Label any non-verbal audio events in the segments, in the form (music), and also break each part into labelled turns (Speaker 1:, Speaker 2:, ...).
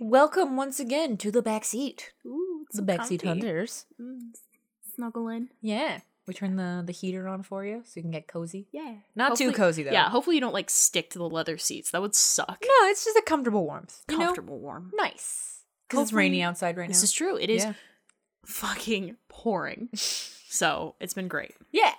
Speaker 1: Welcome once again to the backseat.
Speaker 2: Ooh, it's
Speaker 1: The
Speaker 2: so
Speaker 1: backseat
Speaker 2: comfy.
Speaker 1: hunters.
Speaker 2: Mm, s- snuggle in.
Speaker 1: Yeah. We turn the, the heater on for you so you can get cozy.
Speaker 2: Yeah.
Speaker 1: Not too
Speaker 2: Hopefully-
Speaker 1: cozy though.
Speaker 2: Yeah, hopefully you don't like stick to the leather seats. That would suck.
Speaker 1: No, it's just a comfortable warmth. You know?
Speaker 2: Comfortable warm.
Speaker 1: Nice. Because it's rainy
Speaker 2: Hopefully-
Speaker 1: outside right now.
Speaker 2: mm, This is true. It is
Speaker 1: Yeah.
Speaker 2: fucking (laughs) pouring. so it's been great.
Speaker 1: yeah.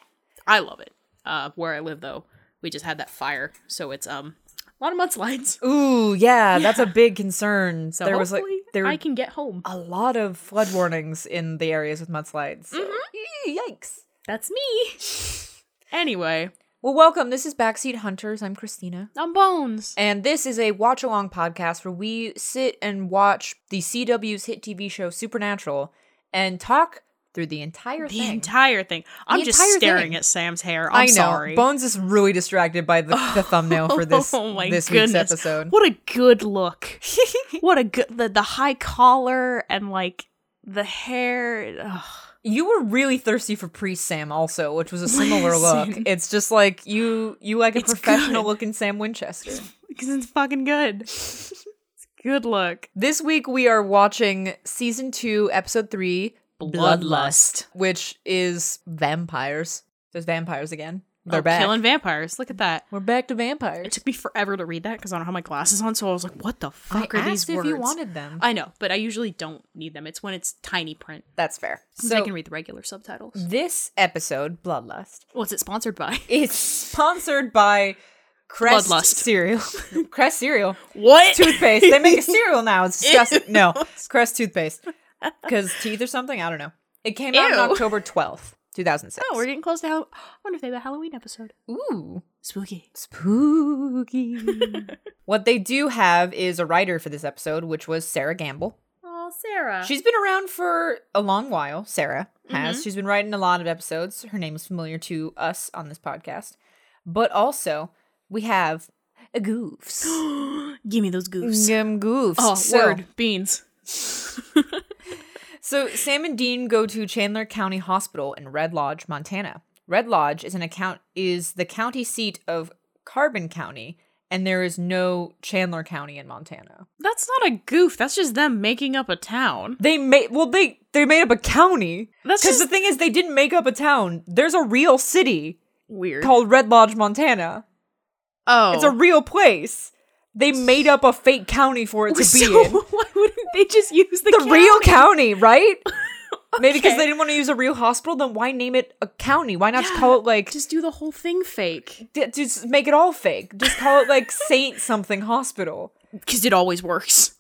Speaker 2: I love it. Uh, where I live though, we just had that fire, so it's um a lot of mudslides.
Speaker 1: Ooh, yeah, that's a big concern.
Speaker 2: So
Speaker 1: there was
Speaker 2: hopefully
Speaker 1: like there
Speaker 2: I
Speaker 1: were
Speaker 2: can get home.
Speaker 1: a lot of flood warnings in the areas with mudslides. so- Eee, Mm-hmm. Yikes.
Speaker 2: That's me. (laughs) anyway,
Speaker 1: Well, welcome. This is Backseat Hunters. I'm Christina.
Speaker 2: I'm Bones.
Speaker 1: And this is a watch along podcast where we sit and watch the CW's hit TV show Supernatural and talk through the entire
Speaker 2: the
Speaker 1: thing.
Speaker 2: entire thing. I'm just
Speaker 1: entire
Speaker 2: staring
Speaker 1: thing.
Speaker 2: at Sam's hair. I'm
Speaker 1: I know.
Speaker 2: sorry.
Speaker 1: Bones is really distracted by the, the thumbnail for this
Speaker 2: (laughs) Oh my
Speaker 1: this
Speaker 2: goodness.
Speaker 1: week's episode.
Speaker 2: What a
Speaker 1: (laughs)
Speaker 2: good look. what a good the, the high collar and like the hair. Ugh.
Speaker 1: You were really thirsty for Priest Sam also, which was a
Speaker 2: (laughs)
Speaker 1: similar
Speaker 2: Listen.
Speaker 1: look. It's just like you you like a
Speaker 2: It's
Speaker 1: professional
Speaker 2: good.
Speaker 1: looking Sam Winchester.
Speaker 2: Because it's fucking good. it's a good look.
Speaker 1: This week we are watching season 2 episode 3
Speaker 2: Bloodlust.
Speaker 1: which is vampires. There's vampires again. They're
Speaker 2: Oh,
Speaker 1: back.
Speaker 2: Killing vampires. Look at that.
Speaker 1: We're back to
Speaker 2: It
Speaker 1: vampires.
Speaker 2: took me forever to read that because I don't have my glasses on, so I was like, what the fuck are these words?
Speaker 1: them.
Speaker 2: I know, but I usually don't need them. It's when it's tiny print.
Speaker 1: That's fair.
Speaker 2: So I
Speaker 1: So Mm.
Speaker 2: can read the regular subtitles.
Speaker 1: this episode, Bloodlust,
Speaker 2: What's it
Speaker 1: (laughs)
Speaker 2: sponsored by?
Speaker 1: is sponsored by Crest
Speaker 2: Bloodlust.
Speaker 1: cereal.
Speaker 2: (laughs)
Speaker 1: Crest cereal.
Speaker 2: What?
Speaker 1: toothpaste. They make a cereal now. It's disgusting.
Speaker 2: (laughs)
Speaker 1: No, Crest toothpaste because teeth or something. I don't know. It came out on
Speaker 2: Ew.
Speaker 1: October twelfth, two thousand six.
Speaker 2: Oh, we're getting close to Halloween. I wonder if they have a Halloween episode.
Speaker 1: ooh
Speaker 2: Spooky. (laughs)
Speaker 1: spooky. what they do have is a writer for this episode, which was Sarah Gamble.
Speaker 2: Oh, Sarah.
Speaker 1: She's been around for a long while. Sarah has.
Speaker 2: Mm-hmm.
Speaker 1: She's been writing a lot of episodes. Her name is familiar to us on this podcast, but also we have
Speaker 2: (gasps)
Speaker 1: goofs.
Speaker 2: Give me those goofs.
Speaker 1: Gum goofs.
Speaker 2: Oh,
Speaker 1: So-
Speaker 2: word. Beans.
Speaker 1: So Sam and Dean go to Chandler County Hospital in Red Lodge, Montana. Red Lodge is an account is the county seat of Carbon County, and there is no Chandler County in Montana.
Speaker 2: That's not a goof. That's just them making up a town.
Speaker 1: They made well they they made up a county
Speaker 2: That's
Speaker 1: because
Speaker 2: just
Speaker 1: the thing is they didn't make up a town. There's a real city
Speaker 2: weird.
Speaker 1: called Red Lodge, Montana.
Speaker 2: oh,
Speaker 1: It's a
Speaker 2: (laughs)
Speaker 1: real place. They made up a fake county for it to
Speaker 2: (laughs)
Speaker 1: be
Speaker 2: so
Speaker 1: in.
Speaker 2: why wouldn't they just use the,
Speaker 1: the real county, right?
Speaker 2: (laughs)
Speaker 1: Maybe because
Speaker 2: Okay.
Speaker 1: they didn't want to use a real hospital, then why name it a county? Why not just call it like
Speaker 2: Just do the whole thing fake.
Speaker 1: d- just make it all fake? Just call it like Saint something hospital.
Speaker 2: Because it always works.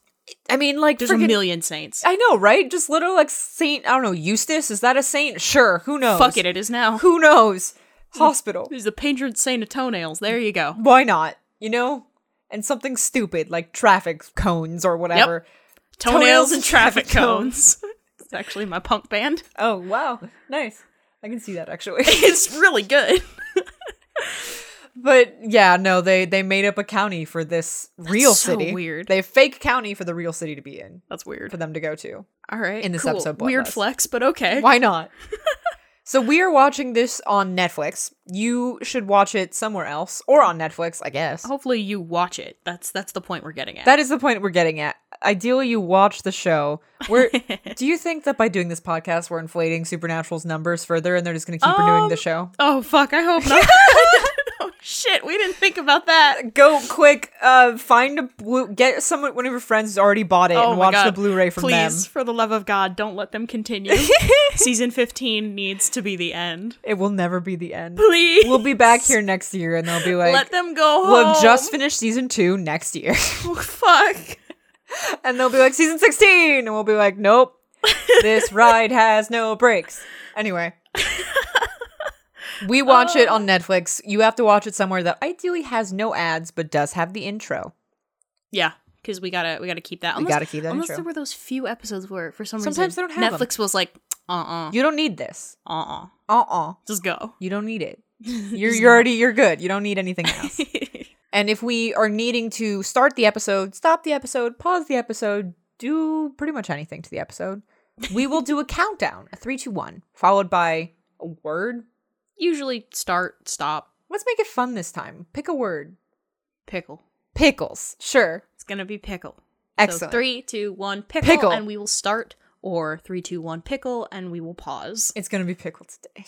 Speaker 1: I mean, like
Speaker 2: There's a
Speaker 1: friggin- (laughs)
Speaker 2: million saints.
Speaker 1: I know, right? Just literally like Saint. I don't know. Eustace is that a saint? Sure. Who knows?
Speaker 2: Fuck it, it is now.
Speaker 1: Who knows? Hospital.
Speaker 2: (laughs) There's the patron saint of toenails. There you go.
Speaker 1: Why not? You know. And something stupid like traffic cones or whatever.
Speaker 2: Toenails,
Speaker 1: Toenails
Speaker 2: and traffic cones.
Speaker 1: (laughs)
Speaker 2: it's actually my punk band. (laughs)
Speaker 1: Oh wow, nice. I can see that actually.
Speaker 2: It's really good.
Speaker 1: (laughs) But yeah, no, they they made up a county for this real
Speaker 2: so
Speaker 1: city.
Speaker 2: weird.
Speaker 1: They fake county for the real city to be in
Speaker 2: That's
Speaker 1: for
Speaker 2: weird.
Speaker 1: them to go to.
Speaker 2: All right.
Speaker 1: in this
Speaker 2: cool.
Speaker 1: episode,
Speaker 2: weird
Speaker 1: Bloodlust.
Speaker 2: flex, but okay.
Speaker 1: Why (laughs) not? so we are watching this on Netflix. You should watch it somewhere else or on Netflix, I guess.
Speaker 2: Hopefully you watch it. That's that's the point we're getting at.
Speaker 1: That is the point we're getting at. Ideally, you watch the show.
Speaker 2: (laughs)
Speaker 1: We're, do you think that by doing this podcast, we're inflating Supernatural's numbers further, and they're just going to keep renewing the
Speaker 2: Um,
Speaker 1: show?
Speaker 2: oh fuck, I
Speaker 1: (laughs)
Speaker 2: hope not. (laughs) oh shit, we didn't think about that.
Speaker 1: Go quick, uh, find a blue. Get someone, one of your friends has already bought it,
Speaker 2: Oh
Speaker 1: and
Speaker 2: my
Speaker 1: watch the
Speaker 2: God.
Speaker 1: Blu-ray from
Speaker 2: Please,
Speaker 1: them.
Speaker 2: for the love of God, don't let them
Speaker 1: (laughs)
Speaker 2: continue. Season 15 needs to be the end.
Speaker 1: It will never be the end.
Speaker 2: Please.
Speaker 1: We'll be back here next year and they'll be like,
Speaker 2: let them go home.
Speaker 1: we'll have just finished season two next year. (laughs)
Speaker 2: Oh, (laughs) fuck.
Speaker 1: and they'll be like, season 16. And we'll be like, nope, this ride has no brakes. Anyway, we watch it on Netflix. You have to watch it somewhere that ideally has no ads but does have the intro.
Speaker 2: Yeah, because we gotta we gotta keep that.
Speaker 1: We gotta keep that
Speaker 2: Unless
Speaker 1: intro.
Speaker 2: there were those few episodes where for some
Speaker 1: Sometimes
Speaker 2: reason
Speaker 1: they don't have 'em.
Speaker 2: Netflix was like, uh uh-uh,
Speaker 1: You don't need this.
Speaker 2: uh uh uh,
Speaker 1: Uh uh (laughs)
Speaker 2: just go. (laughs)
Speaker 1: You don't need it. You're, you're already, you're good. You don't need anything
Speaker 2: (laughs)
Speaker 1: else. And if we are needing to start the episode, stop the episode, pause the episode, do pretty much anything to the episode, we will do a countdown, a three, two, one, followed by a word.
Speaker 2: Usually start stop
Speaker 1: Let's make it fun this time. Pick a word.
Speaker 2: pickle.
Speaker 1: Pickles. Sure.
Speaker 2: It's gonna be pickle.
Speaker 1: Excellent.
Speaker 2: So three, two, one, pickle,
Speaker 1: Pickle.
Speaker 2: and we will start. Or three, two, one, pickle, and we will pause.
Speaker 1: It's gonna be pickle today. (laughs)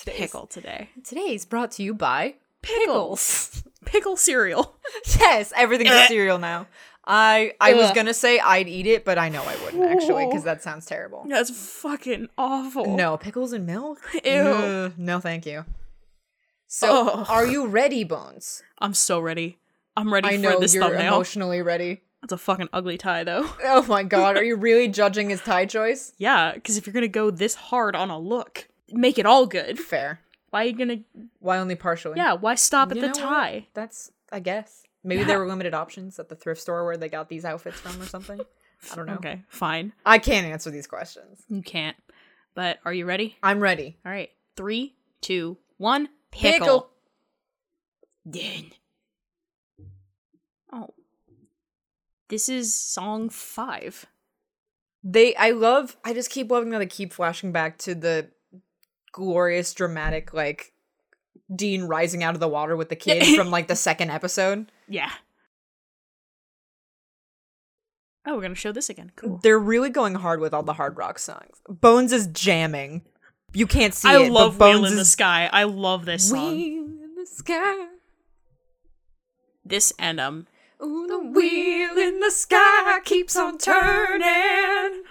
Speaker 1: Today's-
Speaker 2: Pickle today.
Speaker 1: Today is brought to you by
Speaker 2: Pickles. Pickle (laughs) cereal.
Speaker 1: (laughs)
Speaker 2: (laughs)
Speaker 1: Yes, everything's a cereal now. I I was
Speaker 2: Ugh.
Speaker 1: gonna say I'd eat it, but I know I wouldn't (laughs) actually because that sounds terrible.
Speaker 2: That's fucking awful.
Speaker 1: No pickles and milk. (laughs)
Speaker 2: Ew.
Speaker 1: Ugh, no, thank you. So,
Speaker 2: Ugh.
Speaker 1: are you ready, Bones?
Speaker 2: I'm so ready. I'm ready
Speaker 1: I
Speaker 2: for
Speaker 1: know
Speaker 2: this
Speaker 1: you're
Speaker 2: thumbnail.
Speaker 1: emotionally ready.
Speaker 2: That's a fucking ugly tie, though. (laughs)
Speaker 1: Oh my god, are you really judging his tie choice?
Speaker 2: Yeah, because if you're gonna go this hard on a look, make it all
Speaker 1: (laughs)
Speaker 2: good.
Speaker 1: Fair.
Speaker 2: Why are you gonna?
Speaker 1: Why only partially?
Speaker 2: Yeah, why stop at
Speaker 1: You
Speaker 2: the
Speaker 1: know what?
Speaker 2: tie?
Speaker 1: That's I guess. Maybe
Speaker 2: Yeah.
Speaker 1: there were limited options at the thrift store where they got these outfits from or something. I
Speaker 2: (laughs)
Speaker 1: don't know.
Speaker 2: Okay, fine.
Speaker 1: I can't answer these questions.
Speaker 2: You can't. But are you ready?
Speaker 1: I'm ready.
Speaker 2: All right, three, two, one.
Speaker 1: Pickle.
Speaker 2: Pickle. Din. Oh, this is song five.
Speaker 1: They I love I just keep loving that they keep flashing back to the glorious dramatic like Dean rising out of the water with the kid
Speaker 2: (laughs)
Speaker 1: from like the second episode.
Speaker 2: Yeah. Oh, we're gonna show this again. Cool.
Speaker 1: They're really going hard with all the hard rock songs. Bones is jamming. You can't see
Speaker 2: I
Speaker 1: it,
Speaker 2: love
Speaker 1: but
Speaker 2: Wheel
Speaker 1: Bones
Speaker 2: in the
Speaker 1: is
Speaker 2: Sky. I love this song.
Speaker 1: Wheel in the sky.
Speaker 2: This and um,
Speaker 1: Ooh, the wheel in the sky keeps on turning.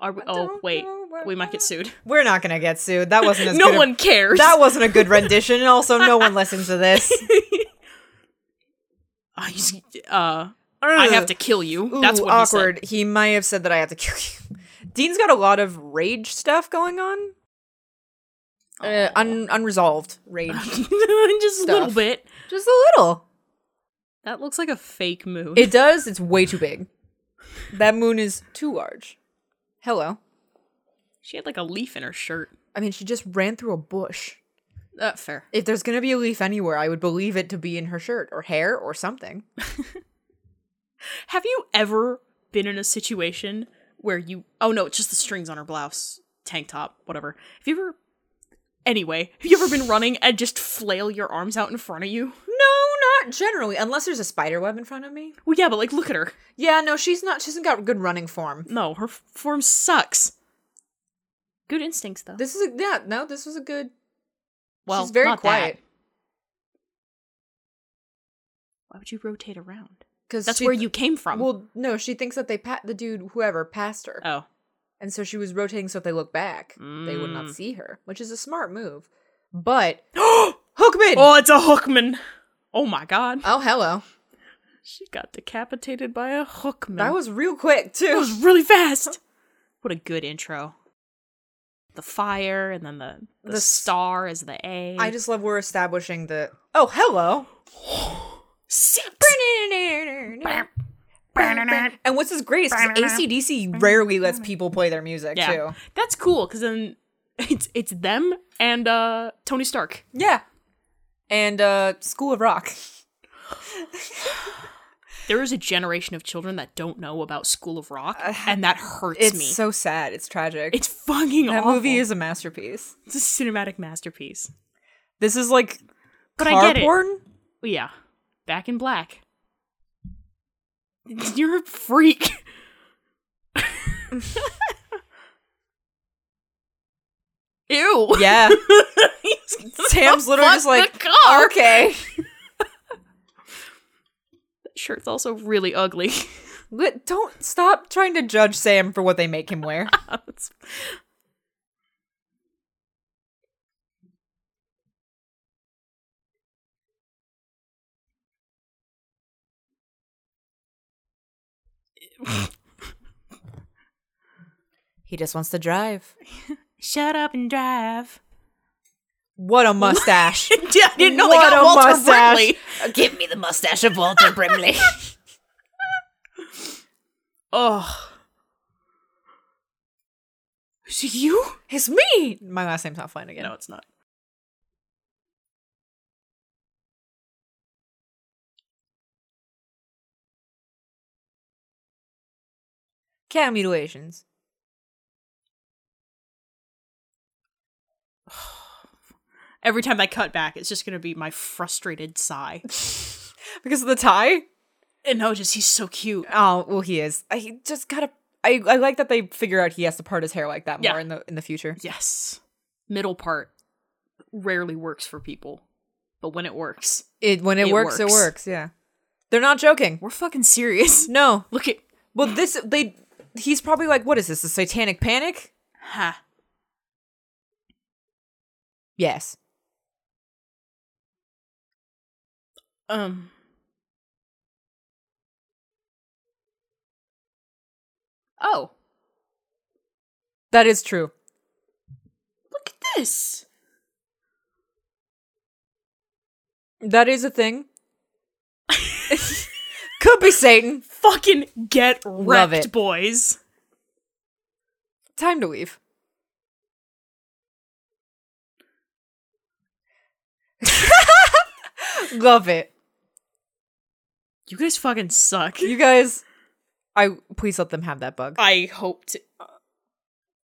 Speaker 2: Are we?
Speaker 1: I
Speaker 2: Oh
Speaker 1: don't
Speaker 2: wait,
Speaker 1: know where
Speaker 2: we might
Speaker 1: I-
Speaker 2: get sued.
Speaker 1: We're not gonna get sued. That wasn't as
Speaker 2: no
Speaker 1: good a-
Speaker 2: one cares.
Speaker 1: that wasn't a good rendition, and also no one listens to (laughs) this.
Speaker 2: (laughs) I, just- uh, I have to kill you.
Speaker 1: Ooh,
Speaker 2: That's what
Speaker 1: awkward. He, might have said that I have to kill you. Dean's got a lot of rage stuff going on. Uh, un- unresolved
Speaker 2: He
Speaker 1: rage, (laughs)
Speaker 2: said. (laughs) just a little
Speaker 1: Stuff.
Speaker 2: bit.
Speaker 1: just a little.
Speaker 2: That looks like a fake moon.
Speaker 1: It does. It's way too big. That moon is too large. Hello.
Speaker 2: she had like a leaf in her shirt.
Speaker 1: I mean, she just ran through a bush.
Speaker 2: Uh, fair.
Speaker 1: If there's gonna be a leaf anywhere, I would believe it to be in her shirt or hair or something.
Speaker 2: Have you ever been in a situation where you? Oh no, it's just the strings on her blouse, tank top, whatever. Have you ever? Anyway, have you ever been running and just flail your arms out in front of you?
Speaker 1: (laughs) No, not generally, unless there's a spider web in front of me.
Speaker 2: Well, yeah, but like, look at her.
Speaker 1: Yeah, no, she's not. She hasn't got good running form.
Speaker 2: No, her f- form sucks. Good instincts though.
Speaker 1: This is a yeah. No, this was a good.
Speaker 2: well,
Speaker 1: she's very
Speaker 2: not that.
Speaker 1: quiet.
Speaker 2: Why would you rotate around?
Speaker 1: Because
Speaker 2: That's where you came from.
Speaker 1: Well, no, she thinks that they pat the dude, whoever passed her,
Speaker 2: oh,
Speaker 1: and so she was rotating so if they look back, they would not
Speaker 2: Mm.
Speaker 1: see her, which is a smart move.
Speaker 2: (laughs)
Speaker 1: But Hookman.
Speaker 2: oh, it's a hookman. Oh my god,
Speaker 1: Oh, hello.
Speaker 2: she got decapitated by a hookman.
Speaker 1: That was real quick
Speaker 2: That (laughs)
Speaker 1: too.
Speaker 2: was really fast. (gasps) What a good intro. The fire and then the the,
Speaker 1: The s-
Speaker 2: star is the A.
Speaker 1: I just love we're establishing the. Oh, hello.
Speaker 2: six.
Speaker 1: And what's this great is 'cause ACDC rarely lets people play their music
Speaker 2: Yeah,
Speaker 1: too.
Speaker 2: that's cool because then (laughs) it's it's them and uh Tony Stark.
Speaker 1: Yeah. And uh School of Rock.
Speaker 2: There is a generation of children that don't know about School of Rock, and that hurts
Speaker 1: Uh, It's
Speaker 2: me.
Speaker 1: so sad. It's tragic.
Speaker 2: it's fucking
Speaker 1: that
Speaker 2: awful.
Speaker 1: movie is a masterpiece.
Speaker 2: it's a cinematic masterpiece.
Speaker 1: This is like
Speaker 2: But I
Speaker 1: car
Speaker 2: get it.
Speaker 1: porn.
Speaker 2: Yeah, Back in Black. (laughs) You're a freak. (laughs) Ew.
Speaker 1: Yeah. Sam's literally
Speaker 2: Fuck
Speaker 1: just like,
Speaker 2: the car.
Speaker 1: okay.
Speaker 2: That shirt's also really ugly. (laughs)
Speaker 1: Li- Don't stop trying to judge Sam for what they make him wear.
Speaker 2: It's-
Speaker 1: He just wants to drive.
Speaker 2: Shut up and drive.
Speaker 1: What a mustache.
Speaker 2: (laughs) Yeah, I didn't know
Speaker 1: What
Speaker 2: they
Speaker 1: a
Speaker 2: got Walter
Speaker 1: mustache.
Speaker 2: Brimley. Oh,
Speaker 1: Give me the mustache of Walter Brimley.
Speaker 2: (laughs) Ugh. Is it you?
Speaker 1: it's me. My last name's not Flanagan.
Speaker 2: No, it's not.
Speaker 1: Cat mutilations.
Speaker 2: Every time I cut back, it's just gonna be my frustrated sigh.
Speaker 1: Because of the tie?
Speaker 2: And no, just he's so cute.
Speaker 1: Oh well, he is. I he just gotta. I, I like that they figure out he has to part his hair like that
Speaker 2: Yeah.
Speaker 1: more in the in the future.
Speaker 2: Yes. Middle part rarely works for people, but when it works,
Speaker 1: It when it,
Speaker 2: It
Speaker 1: works, it
Speaker 2: works.
Speaker 1: works. Yeah, they're not joking.
Speaker 2: we're fucking serious. (laughs)
Speaker 1: No,
Speaker 2: Look at
Speaker 1: well this they. He's probably like, what is this? The Satanic Panic?
Speaker 2: ha.
Speaker 1: Yes.
Speaker 2: Um Oh,
Speaker 1: That is true.
Speaker 2: look at this.
Speaker 1: That is a thing. (laughs) Could be Satan.
Speaker 2: Fucking get
Speaker 1: Love
Speaker 2: wrecked,
Speaker 1: it.
Speaker 2: boys.
Speaker 1: Time to leave. (laughs) Love it.
Speaker 2: You guys
Speaker 1: (laughs)
Speaker 2: fucking suck.
Speaker 1: You guys I please let them have that bug.
Speaker 2: I hoped.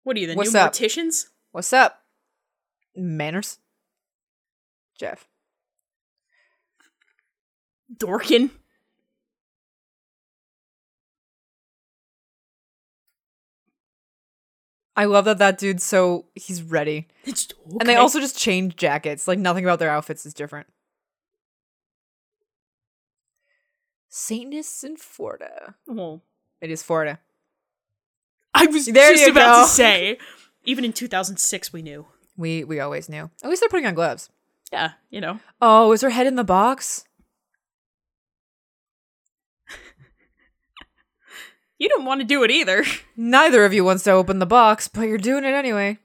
Speaker 2: What are you, the
Speaker 1: What's
Speaker 2: new
Speaker 1: up?
Speaker 2: morticians?
Speaker 1: What's up? Manners. Jeff.
Speaker 2: Dorkin?
Speaker 1: I love that that dude's so he's ready.
Speaker 2: It's
Speaker 1: And they
Speaker 2: okay.
Speaker 1: also just change jackets. Like nothing about their outfits is different. Satanists in Florida.
Speaker 2: Well,
Speaker 1: It is Florida.
Speaker 2: I was
Speaker 1: There
Speaker 2: just
Speaker 1: you
Speaker 2: about
Speaker 1: go.
Speaker 2: to say, even in 2006, we knew.
Speaker 1: We we always knew. At least they're putting on gloves.
Speaker 2: Yeah, you know.
Speaker 1: Oh, is her head in the box?
Speaker 2: You didn't want to do it either.
Speaker 1: Neither of you wants to open the box, but you're doing it anyway.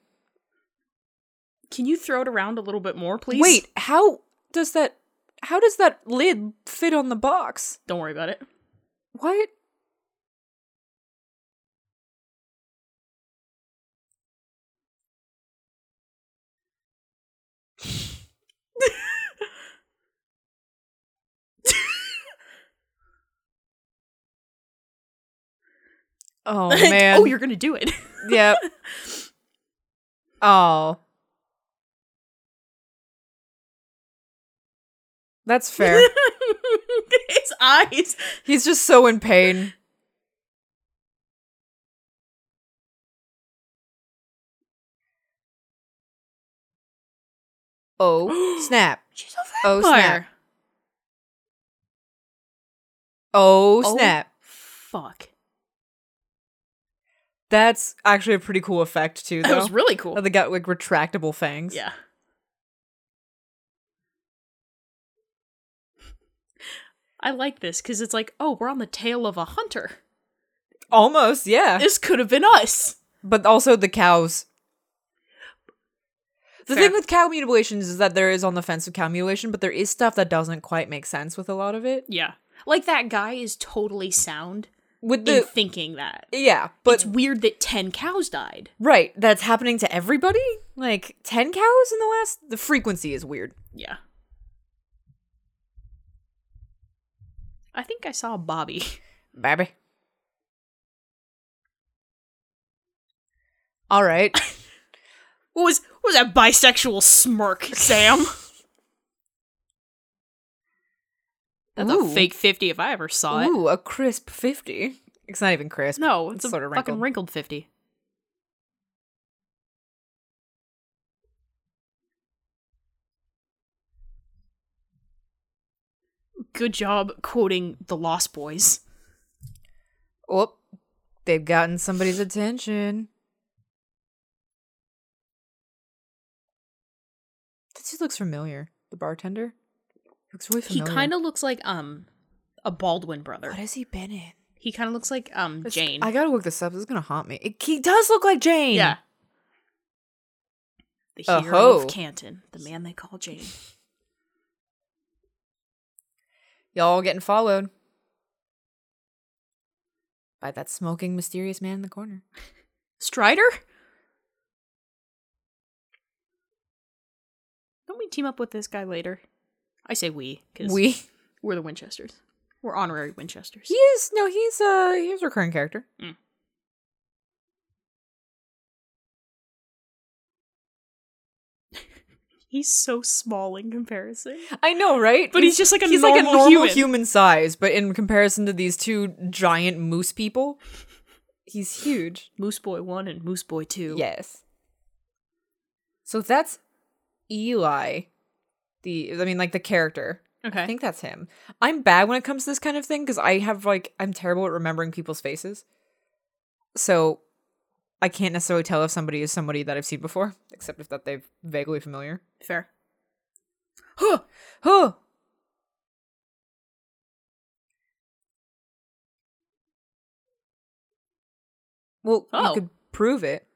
Speaker 2: Can you throw it around a little bit more, please?
Speaker 1: Wait, how does that how does that lid fit on the box?
Speaker 2: Don't worry about it.
Speaker 1: What? (laughs)
Speaker 2: (laughs)
Speaker 1: oh man.
Speaker 2: oh, you're going to do it.
Speaker 1: Yep. Oh. That's fair.
Speaker 2: (laughs) His eyes.
Speaker 1: He's just so in
Speaker 2: (gasps)
Speaker 1: pain. Oh, snap.
Speaker 2: She's a
Speaker 1: Oh,
Speaker 2: vampire.
Speaker 1: (gasps) Oh,
Speaker 2: Oh.
Speaker 1: snap.
Speaker 2: Fuck.
Speaker 1: That's actually a pretty cool effect too,
Speaker 2: That
Speaker 1: though.
Speaker 2: was really cool.
Speaker 1: That they got like retractable fangs.
Speaker 2: Yeah. I like this because it's like, oh, we're on the tail of a hunter.
Speaker 1: Almost, yeah.
Speaker 2: This could have been us.
Speaker 1: but also the cows. The
Speaker 2: Fair.
Speaker 1: thing with cow mutilations is that there is on the fence with cow mutilation, but there is stuff that doesn't quite make sense with a lot of it.
Speaker 2: Yeah. Like that guy is totally sound
Speaker 1: With
Speaker 2: in
Speaker 1: the
Speaker 2: thinking that.
Speaker 1: yeah, but
Speaker 2: it's weird that 10 cows died.
Speaker 1: right, that's happening to everybody. Like ten cows in the last. The frequency is weird.
Speaker 2: Yeah. I think I saw Bobby. (laughs)
Speaker 1: Baby. All right.
Speaker 2: What was what was that bisexual smirk, Sam? (laughs) (laughs) That's
Speaker 1: Ooh.
Speaker 2: a fake 50 if I ever saw it.
Speaker 1: Ooh, a crisp fifty. It's not even crisp.
Speaker 2: No, it's,
Speaker 1: It's
Speaker 2: a
Speaker 1: sorta
Speaker 2: fucking wrinkled 50. Good job quoting The Lost Boys.
Speaker 1: Oh, they've gotten somebody's attention. This dude looks familiar. The bartender looks really familiar.
Speaker 2: He kind of looks like um a Baldwin brother.
Speaker 1: What has he been in?
Speaker 2: He kind of looks like um
Speaker 1: This-
Speaker 2: Jane.
Speaker 1: I gotta look this up. This is gonna haunt me. It- he does look like Jane. Oh,
Speaker 2: yeah. The hero
Speaker 1: Aho.
Speaker 2: of Canton, the man they call Jane.
Speaker 1: Y'all getting followed by that smoking, mysterious man in the corner.
Speaker 2: Strider? Don't we team up with this guy later? I say we, because we.
Speaker 1: We.
Speaker 2: are the Winchesters. We're honorary Winchesters.
Speaker 1: He is no. He's uh. He's a recurring character.
Speaker 2: Mm. He's so small in comparison.
Speaker 1: I know, right?
Speaker 2: But he's just like a
Speaker 1: he's
Speaker 2: normal
Speaker 1: like a normal
Speaker 2: human.
Speaker 1: human. size, but in comparison to these two giant moose people, he's huge.
Speaker 2: Moose Boy 1 and Moose Boy 2.
Speaker 1: Yes. So that's Eli, the I mean, like the character.
Speaker 2: Okay.
Speaker 1: I think that's him. I'm bad when it comes to this kind of thing because I have like I'm terrible at remembering people's faces, so I can't necessarily tell if somebody is somebody that I've seen before, except if that they're vaguely familiar.
Speaker 2: Fair. Huh.
Speaker 1: Huh. Well,
Speaker 2: Oh.
Speaker 1: you could prove it.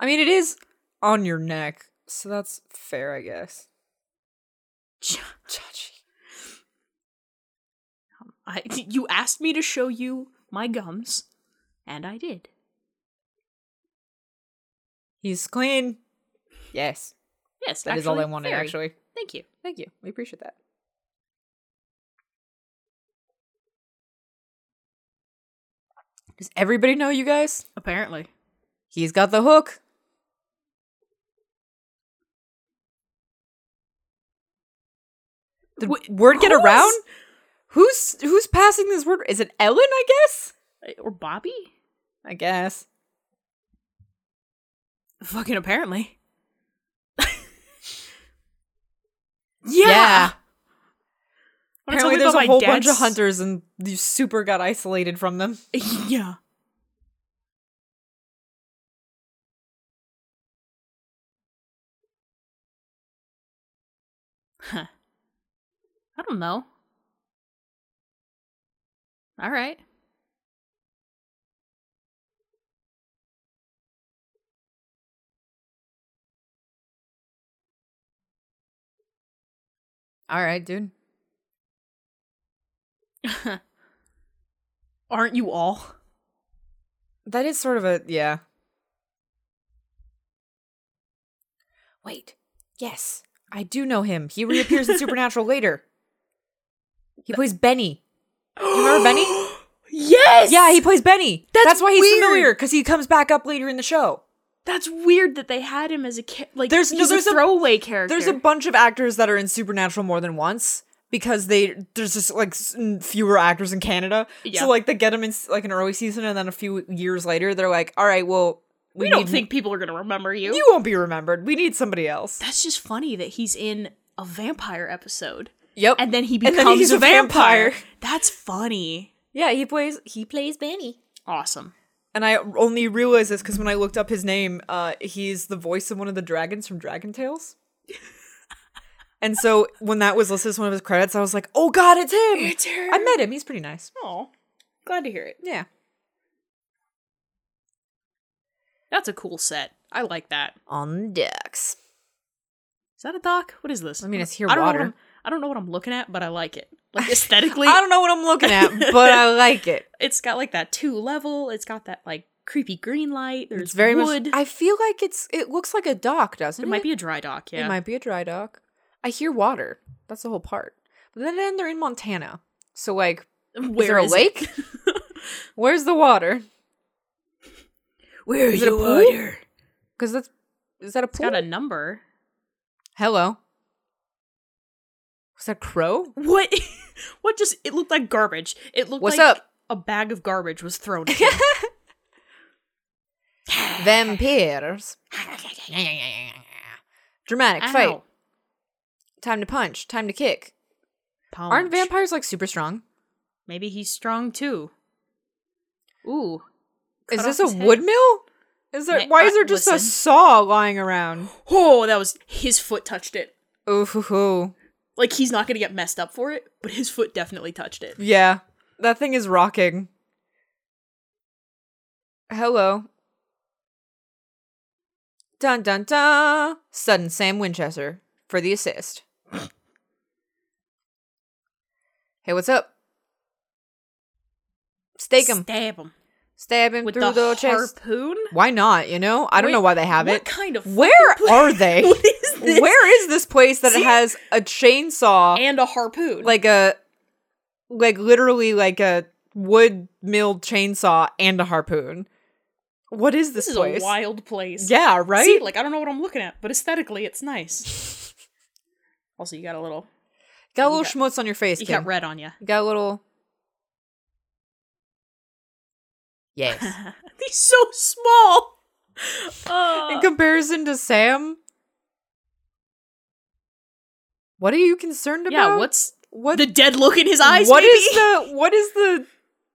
Speaker 1: I mean, it is on your neck, so that's fair, I guess.
Speaker 2: I, (laughs) you asked me to show you my gums, and I did.
Speaker 1: He's clean. Yes,
Speaker 2: Yes,
Speaker 1: that is all I wanted.
Speaker 2: very.
Speaker 1: Actually,
Speaker 2: Thank you.
Speaker 1: thank you. We appreciate that. Does everybody know you guys?
Speaker 2: Apparently.
Speaker 1: He's got the hook. Did
Speaker 2: Wh-
Speaker 1: word get
Speaker 2: who is-
Speaker 1: around? Who's who's passing this word? Is it Ellen? I guess.
Speaker 2: Or Bobby?
Speaker 1: I guess.
Speaker 2: Fucking apparently. (laughs)
Speaker 1: Yeah.
Speaker 2: Wanna
Speaker 1: Apparently,
Speaker 2: tell me
Speaker 1: there's
Speaker 2: about
Speaker 1: a
Speaker 2: my
Speaker 1: whole bunch of
Speaker 2: dad's-
Speaker 1: hunters, and you super got isolated from them.
Speaker 2: (laughs) yeah. Huh. I don't know. All right. (laughs)
Speaker 1: All right, dude.
Speaker 2: Aren't you all?
Speaker 1: That is sort of a yeah. Wait. Yes, I do know him. He reappears
Speaker 2: (laughs)
Speaker 1: in Supernatural later. He plays Benny.
Speaker 2: You
Speaker 1: remember Benny?
Speaker 2: (gasps) yes.
Speaker 1: Yeah, he plays Benny.
Speaker 2: That's
Speaker 1: That's, why he's
Speaker 2: weird.
Speaker 1: familiar because he comes back up later in the show.
Speaker 2: That's weird that they had him as a cha- like.
Speaker 1: There's- no,
Speaker 2: he's
Speaker 1: there's
Speaker 2: a
Speaker 1: a-
Speaker 2: throwaway character.
Speaker 1: There's a bunch of actors that are in Supernatural more than once because they there's just like s- fewer actors in Canada.
Speaker 2: Yeah.
Speaker 1: So like they get them in s- like an early season and then a few years later they're like, all right, well
Speaker 2: we,
Speaker 1: we,
Speaker 2: don't
Speaker 1: need-
Speaker 2: think people are gonna remember you.
Speaker 1: you won't be remembered. We need somebody else.
Speaker 2: That's just funny that he's in a vampire episode
Speaker 1: Yep.
Speaker 2: and then he
Speaker 1: And
Speaker 2: becomes
Speaker 1: then he's
Speaker 2: a
Speaker 1: a vampire.
Speaker 2: vampire. That's funny.
Speaker 1: Yeah, he plays he plays Benny.
Speaker 2: Awesome.
Speaker 1: And I only realized this because when I looked up his name, uh, he's the voice of one of the dragons from Dragon
Speaker 2: (laughs)
Speaker 1: Tales. and so when that was listed as one of his credits, I was like, "Oh God, it's him!
Speaker 2: It's him.
Speaker 1: I met him. He's pretty nice.
Speaker 2: Oh, glad to hear it.
Speaker 1: Yeah,
Speaker 2: That's a cool set. I like that.
Speaker 1: on the decks.
Speaker 2: Is that a dock? What is this?
Speaker 1: I mean, it's here
Speaker 2: I don't Know
Speaker 1: water.
Speaker 2: what I'm- I don't know what I'm looking at, but I like (laughs) it. Like aesthetically,
Speaker 1: I don't know what I'm looking at, but I like it.
Speaker 2: it's got like that two level. It's got that like creepy green light. (laughs) There's
Speaker 1: It's very
Speaker 2: wood.
Speaker 1: much. I feel like it's. It looks like a dock, doesn't
Speaker 2: it
Speaker 1: it?
Speaker 2: might be a dry dock. Yeah.
Speaker 1: It might be a dry dock. I hear water. That's the whole part. But then- then they're in Montana, so like,
Speaker 2: (laughs) Where
Speaker 1: is there a
Speaker 2: it?
Speaker 1: lake? Where's the water?
Speaker 2: Where
Speaker 1: Is it a
Speaker 2: you
Speaker 1: pool?
Speaker 2: are?
Speaker 1: Because that's is that a
Speaker 2: It's
Speaker 1: pool?
Speaker 2: got a number. (laughs)
Speaker 1: Hello. Was that crow?
Speaker 2: What? (laughs) what? Just it looked like garbage. It looked
Speaker 1: What's
Speaker 2: like
Speaker 1: up?
Speaker 2: a bag of garbage was
Speaker 1: (laughs)
Speaker 2: thrown. At him. (laughs)
Speaker 1: Vampires. Dramatic fight.
Speaker 2: Ow.
Speaker 1: Time to punch. Time to kick.
Speaker 2: Punch.
Speaker 1: Aren't vampires like super strong?
Speaker 2: Maybe he's strong too. Ooh. Cut
Speaker 1: is this
Speaker 2: off
Speaker 1: a
Speaker 2: his head.
Speaker 1: wood mill? Is there?
Speaker 2: Ma-
Speaker 1: Why is
Speaker 2: I-
Speaker 1: there just
Speaker 2: listen.
Speaker 1: a saw lying around?
Speaker 2: Oh, that was his foot touched it.
Speaker 1: Ooh, hoo, hoo.
Speaker 2: Like he's not gonna get messed up for it, but his foot definitely touched it.
Speaker 1: yeah, that thing is rocking. Hello. Dun dun dun! Sudden Sam Winchester for the
Speaker 2: (laughs)
Speaker 1: assist. hey, what's up? Stake him.
Speaker 2: Stab him
Speaker 1: Stab him
Speaker 2: with
Speaker 1: through the,
Speaker 2: the,
Speaker 1: chest.
Speaker 2: harpoon.
Speaker 1: Why not? You know, I don't
Speaker 2: Wait,
Speaker 1: know why they have
Speaker 2: what
Speaker 1: it.
Speaker 2: kind of
Speaker 1: Where
Speaker 2: fucking-
Speaker 1: are they?
Speaker 2: (laughs) what is this?
Speaker 1: Where is this place that
Speaker 2: See?
Speaker 1: has a chainsaw,
Speaker 2: and a harpoon?
Speaker 1: like a, like literally like a wood milled chainsaw and a harpoon. What is this,
Speaker 2: This is
Speaker 1: place?
Speaker 2: a wild place.
Speaker 1: Yeah, right?
Speaker 2: See, like I don't know what I'm looking at, but aesthetically, it's nice.
Speaker 1: (laughs)
Speaker 2: also, you got a little,
Speaker 1: got a little
Speaker 2: you got-
Speaker 1: schmutz on your face.
Speaker 2: you
Speaker 1: kid.
Speaker 2: got red on you.
Speaker 1: got a little. (laughs) Yes.
Speaker 2: (laughs) He's so small.
Speaker 1: In
Speaker 2: Uh,
Speaker 1: comparison to Sam, what are you concerned about?
Speaker 2: yeah, what's
Speaker 1: what?
Speaker 2: the dead look in his eyes?
Speaker 1: what
Speaker 2: maybe?
Speaker 1: is the what is
Speaker 2: (laughs)
Speaker 1: the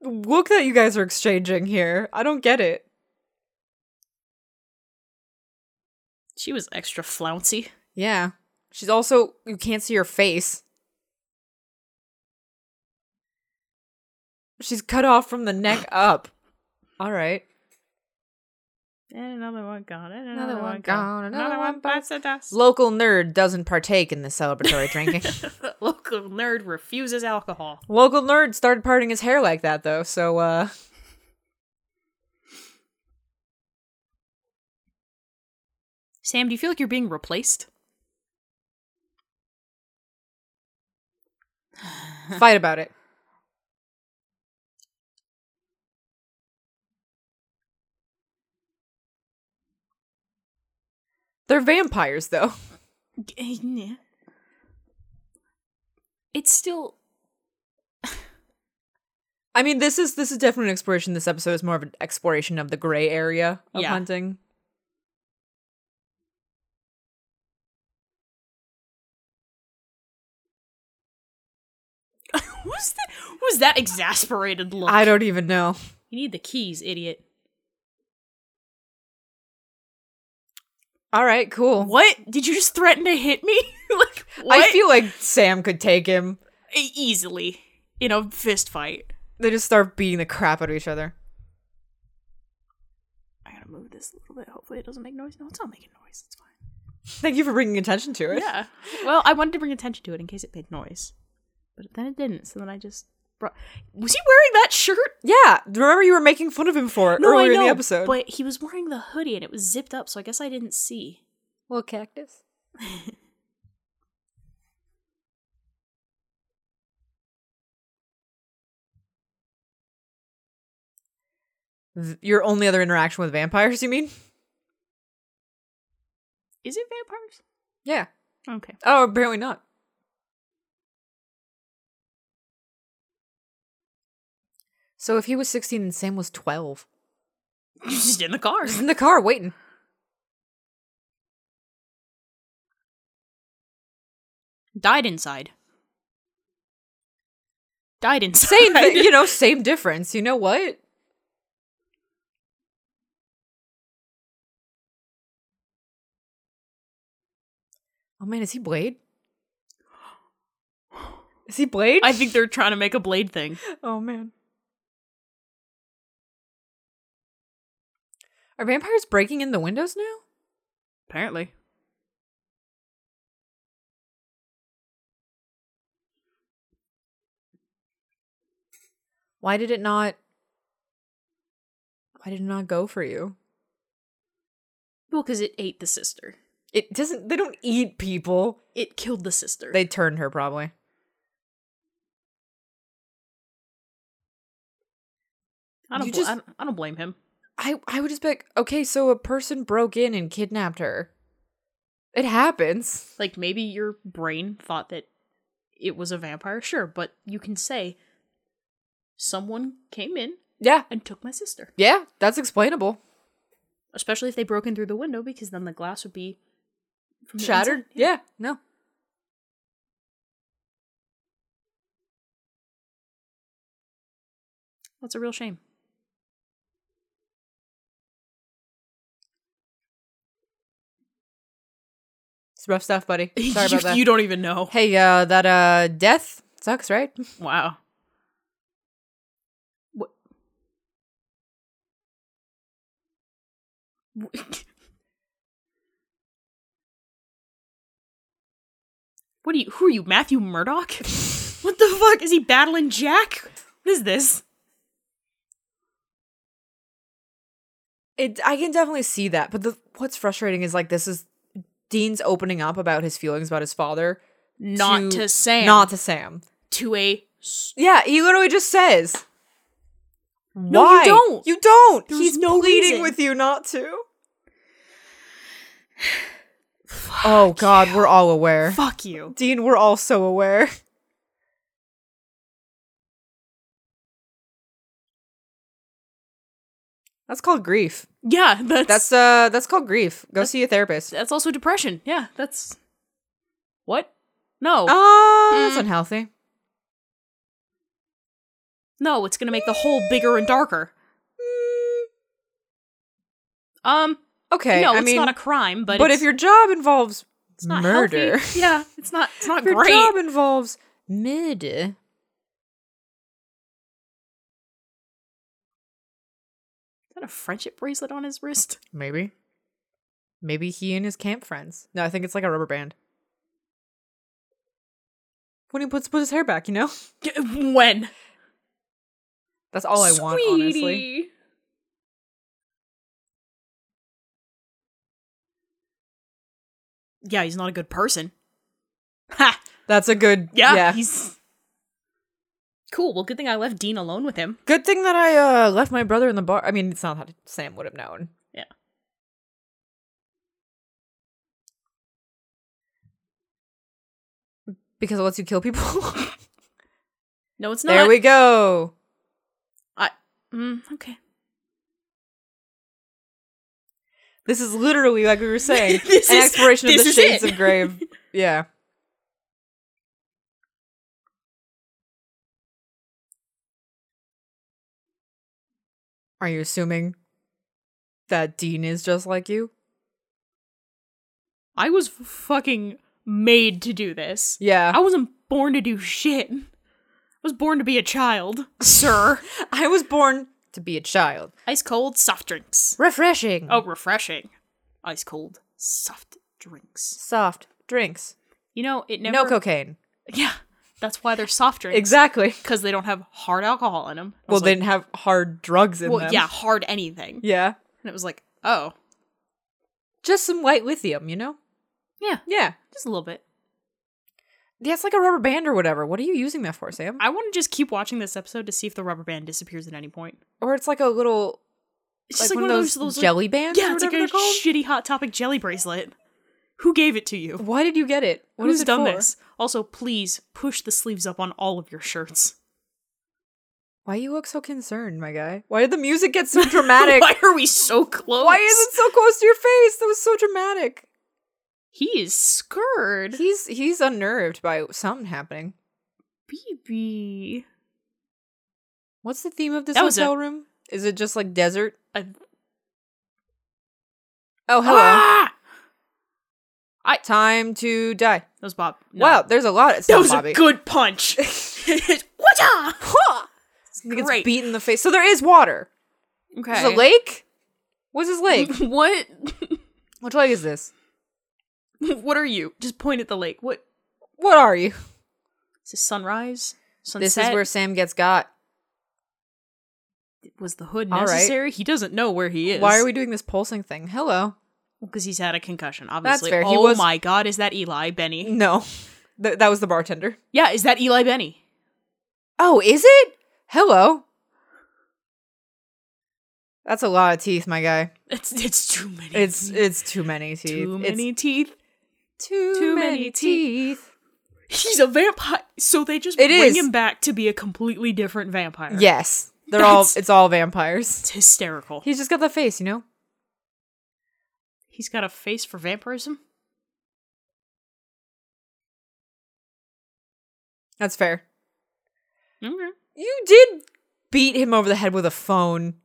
Speaker 1: look that you guys are exchanging here? I don't get it.
Speaker 2: She was extra flouncy.
Speaker 1: Yeah, she's also you can't see her face. She's cut off from the neck up. All right.
Speaker 2: And another one gone. And
Speaker 1: Another one gone, another one
Speaker 2: bites the dust.
Speaker 1: Local nerd doesn't partake in the celebratory drinking.
Speaker 2: (laughs) Local nerd refuses alcohol.
Speaker 1: Local nerd started parting his hair like that though, so uh
Speaker 2: Sam, do you feel like you're being replaced?
Speaker 1: fight about it. They're vampires though.
Speaker 2: eh, It's still (laughs)
Speaker 1: I mean, this is this is definitely an exploration. This episode is more of an exploration of the gray area of
Speaker 2: Yeah.
Speaker 1: hunting.
Speaker 2: was that was that exasperated look.
Speaker 1: I don't even know.
Speaker 2: You need the keys, idiot.
Speaker 1: All right, cool.
Speaker 2: What did you just threaten to hit me? (laughs) like what?
Speaker 1: Oh. I feel like Sam could take him.
Speaker 2: E- easily in a fist fight.
Speaker 1: They just start beating the crap out of each other.
Speaker 2: I gotta move this a little bit. Hopefully, it doesn't make noise. No, it's not making noise. It's fine.
Speaker 1: Thank you for bringing attention to it.
Speaker 2: Yeah. (laughs) Well, I wanted to bring attention to it in case it made noise, but then it didn't. So then I just brought. Was he wearing that shirt?
Speaker 1: Yeah, remember you were making fun of him for it earlier in the episode.
Speaker 2: But he was wearing the hoodie and it was zipped up, so I guess I didn't see.
Speaker 1: Little cactus. Th- Your only other interaction with vampires, you mean?
Speaker 2: Is it vampires?
Speaker 1: Yeah.
Speaker 2: Okay. (laughs)
Speaker 1: Oh, apparently not. So if he was 16 and Sam was 12,
Speaker 2: He's just in the car.
Speaker 1: he's (laughs) in the car
Speaker 2: (laughs)
Speaker 1: waiting.
Speaker 2: Died inside. Died inside.
Speaker 1: Same, thing, you know, same difference. You know what? Oh man, is he Blade?
Speaker 2: (gasps)
Speaker 1: Is he Blade?
Speaker 2: (laughs) I think they're trying to make a blade thing.
Speaker 1: (laughs) oh man. Are vampires breaking in the windows now?
Speaker 2: Apparently.
Speaker 1: Why did it not? Why did it not go for you?
Speaker 2: Well, because it ate the sister.
Speaker 1: It doesn't. They don't eat people.
Speaker 2: It killed the sister.
Speaker 1: They turned her probably.
Speaker 2: I, don't
Speaker 1: You
Speaker 2: bl-
Speaker 1: just-
Speaker 2: I, don't, I don't blame him.
Speaker 1: I I would just be like, okay, so a person broke in and kidnapped her. It happens.
Speaker 2: Like, maybe your brain thought that it was a vampire, sure, but you can say someone came in
Speaker 1: Yeah,
Speaker 2: and took my sister.
Speaker 1: yeah, that's explainable.
Speaker 2: Especially if they broke in through the window, because then the glass would be from the
Speaker 1: Shattered.
Speaker 2: inside.
Speaker 1: Yeah, no.
Speaker 2: That's a
Speaker 1: (laughs)
Speaker 2: real shame.
Speaker 1: It's rough stuff, (laughs) buddy. Sorry
Speaker 2: you,
Speaker 1: about that.
Speaker 2: you don't even know.
Speaker 1: hey, uh, that uh, death sucks, right?
Speaker 2: Wow. (laughs) What? What are you? Who are you, Matthew (laughs) Murdoch? what the fuck is he battling Jack? What is this?
Speaker 1: It. I can definitely see that. But the what's frustrating is like this is Dean's opening up about his feelings about his father, To-
Speaker 2: Not to, Sam.
Speaker 1: not to Sam.
Speaker 2: to a. s-
Speaker 1: Yeah, he literally just says,
Speaker 2: No, you
Speaker 1: Why?
Speaker 2: don't.
Speaker 1: You don't.
Speaker 2: There's
Speaker 1: He's
Speaker 2: no
Speaker 1: pleading
Speaker 2: reason.
Speaker 1: with you not
Speaker 2: (sighs)
Speaker 1: to. oh God, we're all aware.
Speaker 2: Fuck you.
Speaker 1: Dean, we're all so aware. That's called grief.
Speaker 2: Yeah, that's that's,
Speaker 1: That's uh that's called grief. Go see a therapist.
Speaker 2: that's also depression. Yeah, that's what? No,
Speaker 1: Oh,
Speaker 2: Mm.
Speaker 1: that's unhealthy.
Speaker 2: no, it's gonna make the hole bigger and darker. Um,
Speaker 1: Okay,
Speaker 2: no,
Speaker 1: I
Speaker 2: it's
Speaker 1: mean,
Speaker 2: not a crime, but
Speaker 1: but, if
Speaker 2: it's-
Speaker 1: your job involves
Speaker 2: it's not
Speaker 1: murder, (laughs)
Speaker 2: healthy. yeah, it's not it's not
Speaker 1: if your
Speaker 2: great.
Speaker 1: job involves murder,
Speaker 2: Is that a friendship bracelet on his wrist?
Speaker 1: maybe, maybe he and his camp friends. No, I think it's like a rubber band. When he puts put his hair back, you know. (laughs)
Speaker 2: G- When?
Speaker 1: That's all I want, honestly.
Speaker 2: Sweetie. Yeah, he's not a good person. (laughs) Ha!
Speaker 1: That's a good
Speaker 2: Yeah,
Speaker 1: yeah.
Speaker 2: he's cool. Well, good thing I left Dean alone with him.
Speaker 1: Good thing that I uh left my brother in the bar. I mean, it's not that Sam would have known.
Speaker 2: Yeah.
Speaker 1: Because it lets you kill people. (laughs)
Speaker 2: No, it's not.
Speaker 1: there we go.
Speaker 2: Mm, okay.
Speaker 1: This is literally like
Speaker 2: (laughs)
Speaker 1: we were saying, an
Speaker 2: This is-
Speaker 1: exploration of
Speaker 2: this
Speaker 1: the
Speaker 2: is
Speaker 1: shades
Speaker 2: it.
Speaker 1: of
Speaker 2: (laughs)
Speaker 1: grave. Yeah. Are you assuming that Dean is just like you?
Speaker 2: I was fucking made to do this.
Speaker 1: Yeah.
Speaker 2: I wasn't born to do shit. I was born to be a child,
Speaker 1: (laughs)
Speaker 2: sir.
Speaker 1: I was born to be a child.
Speaker 2: Ice cold soft drinks.
Speaker 1: Refreshing.
Speaker 2: Oh, refreshing. Ice cold soft drinks.
Speaker 1: Soft drinks.
Speaker 2: You know, it never.
Speaker 1: No cocaine.
Speaker 2: (laughs) Yeah, that's why they're soft drinks.
Speaker 1: Exactly.
Speaker 2: Because they don't have hard alcohol in them.
Speaker 1: Well, they didn't have hard drugs in
Speaker 2: well,
Speaker 1: them. (laughs)
Speaker 2: yeah, hard anything.
Speaker 1: Yeah.
Speaker 2: And it was like, oh,
Speaker 1: Just some white lithium, you know?
Speaker 2: yeah,
Speaker 1: Yeah.
Speaker 2: just a little bit.
Speaker 1: Yeah, it's like a rubber band or whatever. What are you using that for, Sam?
Speaker 2: I want to just keep watching this episode to see if the rubber band disappears at any point.
Speaker 1: or it's like a little
Speaker 2: It's
Speaker 1: like,
Speaker 2: just like,
Speaker 1: one, of those,
Speaker 2: those,
Speaker 1: jelly bands.
Speaker 2: yeah,
Speaker 1: or
Speaker 2: it's like
Speaker 1: whatever
Speaker 2: a
Speaker 1: they're called.
Speaker 2: shitty hot topic jelly bracelet. Who gave it to you?
Speaker 1: Why did you get it? What is
Speaker 2: Who's
Speaker 1: it
Speaker 2: done
Speaker 1: for?
Speaker 2: this? Also, please push the sleeves up on all of your shirts. (laughs)
Speaker 1: Why you look so concerned, my guy? Why did the music get so dramatic?
Speaker 2: (laughs) Why are we so close?
Speaker 1: Why is it so close to your face? That was so dramatic.
Speaker 2: He is scared.
Speaker 1: He's he's unnerved by something happening.
Speaker 2: BB.
Speaker 1: What's the theme of this
Speaker 2: That was
Speaker 1: hotel
Speaker 2: a-
Speaker 1: room? Is it just like desert?
Speaker 2: I-
Speaker 1: Oh, hello.
Speaker 2: Ah!
Speaker 1: Time to die.
Speaker 2: That was Bob. No.
Speaker 1: Wow, there's a lot. It's
Speaker 2: That was
Speaker 1: Bobby.
Speaker 2: a good punch.
Speaker 1: (laughs)
Speaker 2: Whatcha?
Speaker 1: He gets
Speaker 2: Great.
Speaker 1: beat in the face. So there is water.
Speaker 2: Okay.
Speaker 1: There's a lake. What's this lake?
Speaker 2: (laughs) what? (laughs)
Speaker 1: Which lake is this?
Speaker 2: what are you? Just point at the lake. What?
Speaker 1: What are you?
Speaker 2: Is this sunrise? Sunset?
Speaker 1: This is where Sam gets got.
Speaker 2: was the hood
Speaker 1: All right.
Speaker 2: necessary? He doesn't know where he is.
Speaker 1: Why are we doing this pulsing thing? Hello.
Speaker 2: Because he's had a concussion. Obviously.
Speaker 1: fair.
Speaker 2: Oh
Speaker 1: He was-
Speaker 2: my God! Is that Eli Benny?
Speaker 1: No, Th- that was the bartender.
Speaker 2: Yeah, is that Eli Benny?
Speaker 1: Oh, is it? Hello. That's a lot of teeth, my guy.
Speaker 2: It's it's too many.
Speaker 1: It's
Speaker 2: teeth.
Speaker 1: it's too many teeth.
Speaker 2: too
Speaker 1: It's
Speaker 2: many teeth.
Speaker 1: too,
Speaker 2: too many
Speaker 1: many teeth.
Speaker 2: He's a vampire, so they just
Speaker 1: It
Speaker 2: bring
Speaker 1: is.
Speaker 2: him back to be a completely different vampire.
Speaker 1: Yes, they're
Speaker 2: That's-
Speaker 1: all. It's all vampires.
Speaker 2: it's hysterical.
Speaker 1: He's just got the face, you know.
Speaker 2: He's got a face for vampirism.
Speaker 1: That's fair.
Speaker 2: Okay.
Speaker 1: You did beat him over the head with a phone.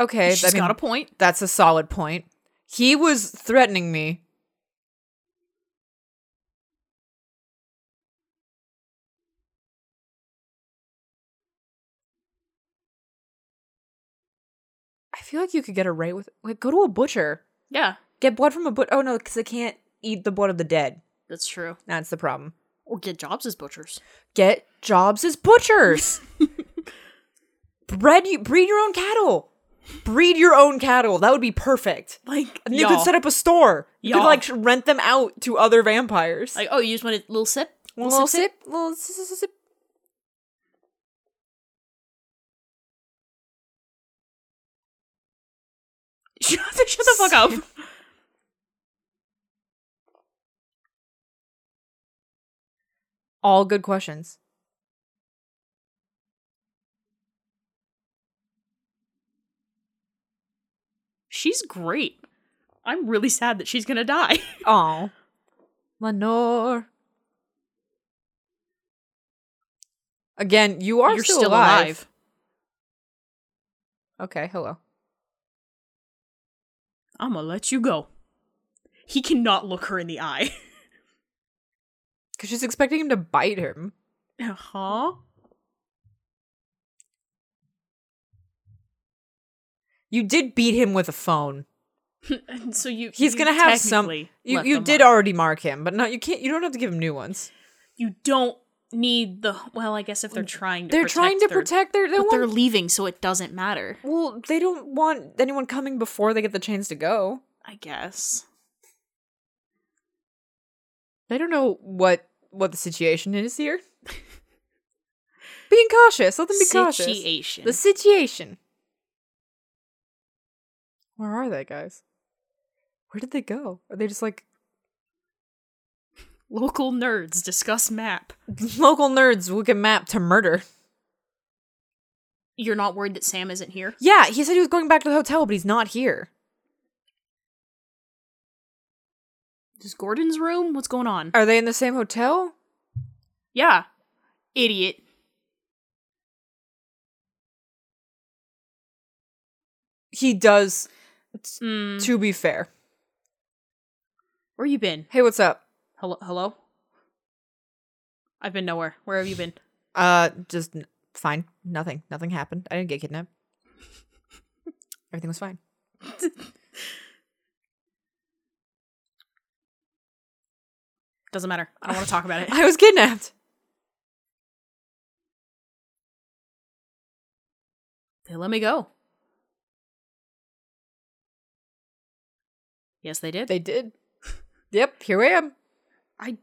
Speaker 1: Okay,
Speaker 2: She's
Speaker 1: I mean,
Speaker 2: got a point.
Speaker 1: that's a solid point. He was threatening me. I feel like you could get a right with like go to a butcher.
Speaker 2: Yeah,
Speaker 1: Get blood from a butcher. Oh no, because they can't eat the blood of the dead.
Speaker 2: that's true.
Speaker 1: That's the problem.
Speaker 2: Or get jobs as butchers.
Speaker 1: Get
Speaker 2: (laughs)
Speaker 1: jobs as butchers. Breed you breed your own cattle. Breed your own cattle. That would be perfect.
Speaker 2: Like
Speaker 1: And you could set up a store. You could
Speaker 2: Y'all.
Speaker 1: like rent them out to other vampires.
Speaker 2: like oh you just want a little sip,
Speaker 1: One little sip, little sip, sip, sip.
Speaker 2: Shut, the- (laughs) shut the
Speaker 1: (laughs)
Speaker 2: fuck up.
Speaker 1: All good questions.
Speaker 2: She's great. I'm really sad that she's gonna die.
Speaker 1: Oh, Lenore. Again, you are
Speaker 2: You're
Speaker 1: still, alive.
Speaker 2: alive.
Speaker 1: Okay, hello.
Speaker 2: I'm gonna let you go. He cannot look her in the eye. (laughs)
Speaker 1: Because she's expecting him to bite him. Uh-huh.
Speaker 2: huh?
Speaker 1: You did beat him with a phone.
Speaker 2: And so you
Speaker 1: He's
Speaker 2: you
Speaker 1: gonna have some.
Speaker 2: technically
Speaker 1: You you
Speaker 2: left a
Speaker 1: did
Speaker 2: mark.
Speaker 1: already mark him, but no, you can't. You don't have to give him new ones.
Speaker 2: you don't need the well, I guess if they're trying to
Speaker 1: They're trying to
Speaker 2: their-
Speaker 1: protect their. They
Speaker 2: but they're
Speaker 1: want,
Speaker 2: leaving, so it doesn't matter.
Speaker 1: well, they don't want anyone coming before they get the chance to go.
Speaker 2: I guess.
Speaker 1: I don't know what what the situation is
Speaker 2: (laughs)
Speaker 1: here. Being cautious. Let them be cautious.
Speaker 2: Situation.
Speaker 1: The situation. Where are they, guys? Where did they go? Are they just like (laughs)
Speaker 2: Local nerds discuss map.
Speaker 1: local nerds looking map to murder?
Speaker 2: You're not worried that Sam isn't here?
Speaker 1: Yeah, he said he was going back to the hotel, but he's not here.
Speaker 2: Is Gordon's room? What's going on?
Speaker 1: Are they in the same hotel?
Speaker 2: Yeah. Idiot.
Speaker 1: He does,
Speaker 2: Mm.
Speaker 1: to be fair.
Speaker 2: Where you been?
Speaker 1: Hey, what's up?
Speaker 2: Hello? Hello? I've been nowhere. Where have you been?
Speaker 1: Uh, just n- fine. Nothing. Nothing happened. I didn't get (laughs) kidnapped. Everything was fine.
Speaker 2: Doesn't matter. I don't want to talk about it.
Speaker 1: I was kidnapped.
Speaker 2: They let me go. Yes, they
Speaker 1: (laughs)
Speaker 2: did.
Speaker 1: They did. Yep, here I am.
Speaker 2: I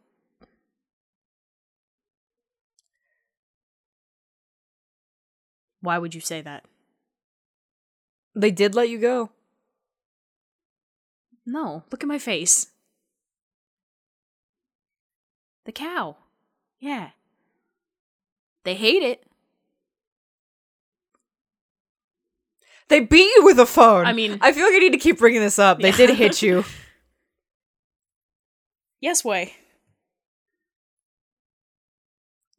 Speaker 2: Why would you say that?
Speaker 1: They did let you go.
Speaker 2: No, look at my face. The cow. Yeah. They hate it.
Speaker 1: They beat you with a phone.
Speaker 2: I mean-
Speaker 1: I feel like I need to keep bringing this up. They did
Speaker 2: Yeah.
Speaker 1: hit you.
Speaker 2: Yes way.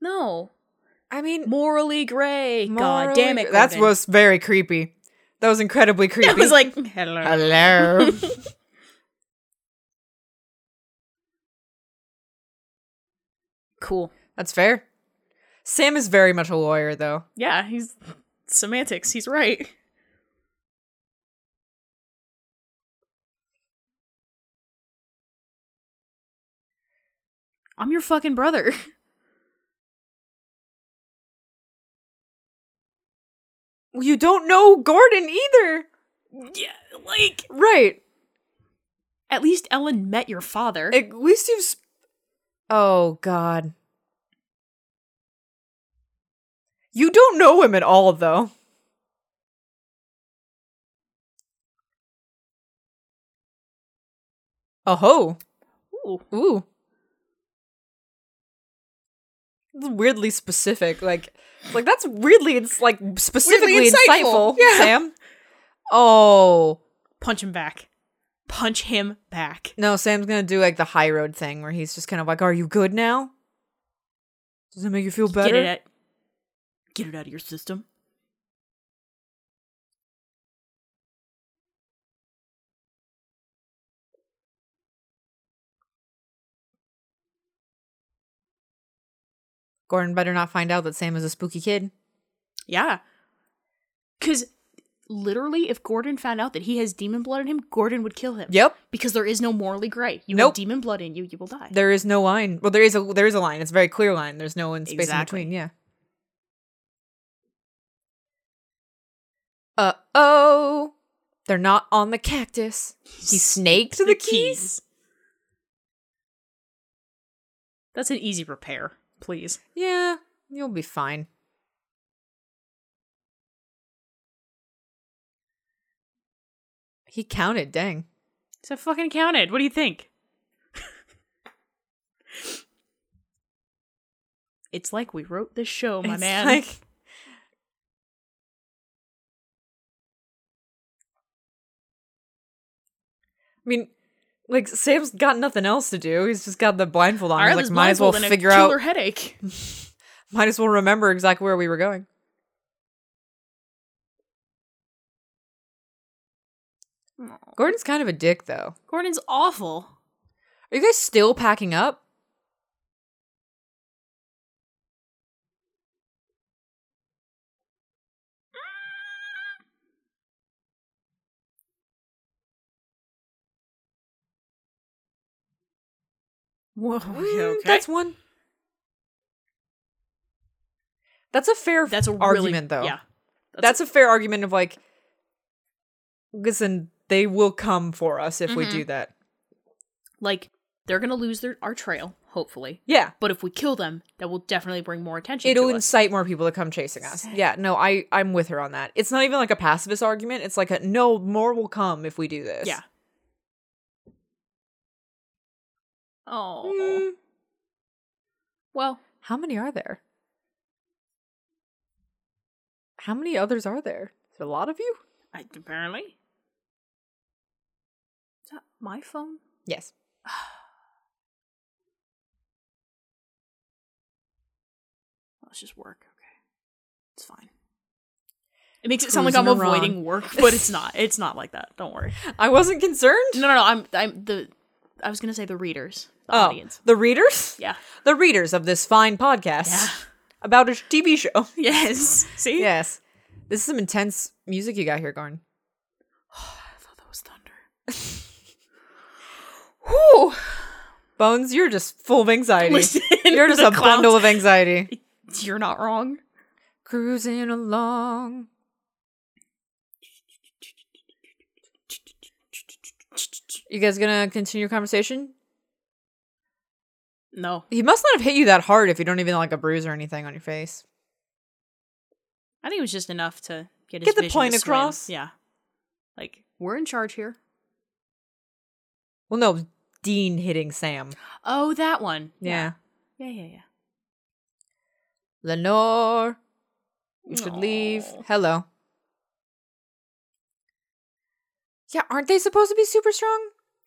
Speaker 2: No.
Speaker 1: (laughs) I (laughs) mean,
Speaker 2: Morally gray. God
Speaker 1: morally-
Speaker 2: damn it.
Speaker 1: That
Speaker 2: (laughs) Gordon.
Speaker 1: was very creepy. (laughs) That was incredibly creepy.
Speaker 2: I was like,
Speaker 1: (laughs)
Speaker 2: hello.
Speaker 1: hello.
Speaker 2: cool.
Speaker 1: That's fair. Sam is very much a lawyer, though.
Speaker 2: Yeah, he's semantics. He's right. I'm your fucking brother. (laughs)
Speaker 1: Well, you don't know Gordon either,
Speaker 2: Yeah, like
Speaker 1: right?
Speaker 2: at least Ellen met your father.
Speaker 1: At least you've. Sp- oh God. You don't know him at all, though. Oh ho!
Speaker 2: Ooh.
Speaker 1: Ooh. It's weirdly specific. Like, like that's weirdly it's like specifically
Speaker 2: insightful.
Speaker 1: insightful,
Speaker 2: Yeah.
Speaker 1: Sam. Oh.
Speaker 2: Punch him back. Punch him back.
Speaker 1: No, Sam's gonna do like the high road thing where he's just kind of like, "Are you good now? Does it make you feel better?"
Speaker 2: Get it out. Get it out of your system.
Speaker 1: Gordon better not find out that Sam is a spooky kid.
Speaker 2: Yeah. Cause literally, if Gordon found out that he has demon blood in him, Gordon would kill him.
Speaker 1: Yep,
Speaker 2: Because there is no morally gray. You
Speaker 1: Nope.
Speaker 2: have demon blood in you, you will die.
Speaker 1: there is no line. Well, there is a there is a line. It's a very clear line. There's no in space
Speaker 2: Exactly.
Speaker 1: in between. Yeah. Uh oh, they're not on the cactus. He snaked the, keys.
Speaker 2: That's an easy repair, please.
Speaker 1: Yeah, you'll be fine. He counted, dang.
Speaker 2: So I fucking counted. What do you think? (laughs) it's like we wrote this show, Oh, my
Speaker 1: It's
Speaker 2: man. (laughs)
Speaker 1: like- I mean, like Sam's got nothing else to do. He's just got the blindfold on. He's
Speaker 2: Ireland's
Speaker 1: like, might as well
Speaker 2: blindfold and a
Speaker 1: figure
Speaker 2: killer
Speaker 1: out.
Speaker 2: headache.
Speaker 1: (laughs) Might as well remember exactly where we were going. Gordon's kind of a dick, though.
Speaker 2: Gordon's awful.
Speaker 1: Are you guys still packing up?
Speaker 2: Whoa,
Speaker 1: Mm, That's one. That's a fair
Speaker 2: that's a really-
Speaker 1: argument, though.
Speaker 2: Yeah,
Speaker 1: that's, a, fair argument of like, listen, they will come for us if we
Speaker 2: Mhm.
Speaker 1: do that.
Speaker 2: like they're gonna lose their our trail, hopefully.
Speaker 1: Yeah,
Speaker 2: But if we kill them, that will definitely bring more attention.
Speaker 1: it'll
Speaker 2: to us.
Speaker 1: incite more people to come chasing us.
Speaker 2: Sick.
Speaker 1: Yeah, no, I I'm with her on that. It's not even like a pacifist argument. It's like a no, more will come if we do this.
Speaker 2: Yeah. Oh
Speaker 1: Mm,
Speaker 2: well,
Speaker 1: how many are there? How many others are there? Is there a lot of you?
Speaker 2: I, apparently. Is that my phone?
Speaker 1: Yes.
Speaker 2: Let's Oh, just work. Okay, it's fine. It makes it sound like
Speaker 1: Cruising
Speaker 2: I'm
Speaker 1: around.
Speaker 2: avoiding work, but it's not. It's not like that.
Speaker 1: (laughs)
Speaker 2: Don't worry.
Speaker 1: I wasn't concerned.
Speaker 2: No, no, no. I'm, I'm the. I was gonna say the readers, the
Speaker 1: Oh,
Speaker 2: audience.
Speaker 1: the readers?
Speaker 2: Yeah.
Speaker 1: The readers of this fine podcast
Speaker 2: Yeah.
Speaker 1: about a TV
Speaker 2: (laughs)
Speaker 1: show.
Speaker 2: Yes.
Speaker 1: (laughs)
Speaker 2: See.
Speaker 1: yes. This is some intense music you got here, Garn.
Speaker 2: I thought that was thunder.
Speaker 1: (laughs)
Speaker 2: Whew.
Speaker 1: Bones, you're just full of anxiety.
Speaker 2: Listen,
Speaker 1: you're just
Speaker 2: the
Speaker 1: a bundle of
Speaker 2: clowns-
Speaker 1: anxiety.
Speaker 2: You're not wrong.
Speaker 1: Cruising along. You guys gonna continue your conversation?
Speaker 2: No,
Speaker 1: He must not have hit you that hard if you don't even like a bruise or anything on your face.
Speaker 2: I think it was just enough to get his
Speaker 1: Get the
Speaker 2: vision to
Speaker 1: point
Speaker 2: swim.
Speaker 1: across.
Speaker 2: Yeah, like we're in charge here.
Speaker 1: Well, no, Dean hitting Sam.
Speaker 2: Oh, that one.
Speaker 1: yeah.
Speaker 2: Yeah. Yeah. Yeah.
Speaker 1: Lenore, you should leave.
Speaker 2: Aw.
Speaker 1: Hello. Yeah, aren't they supposed to be super strong?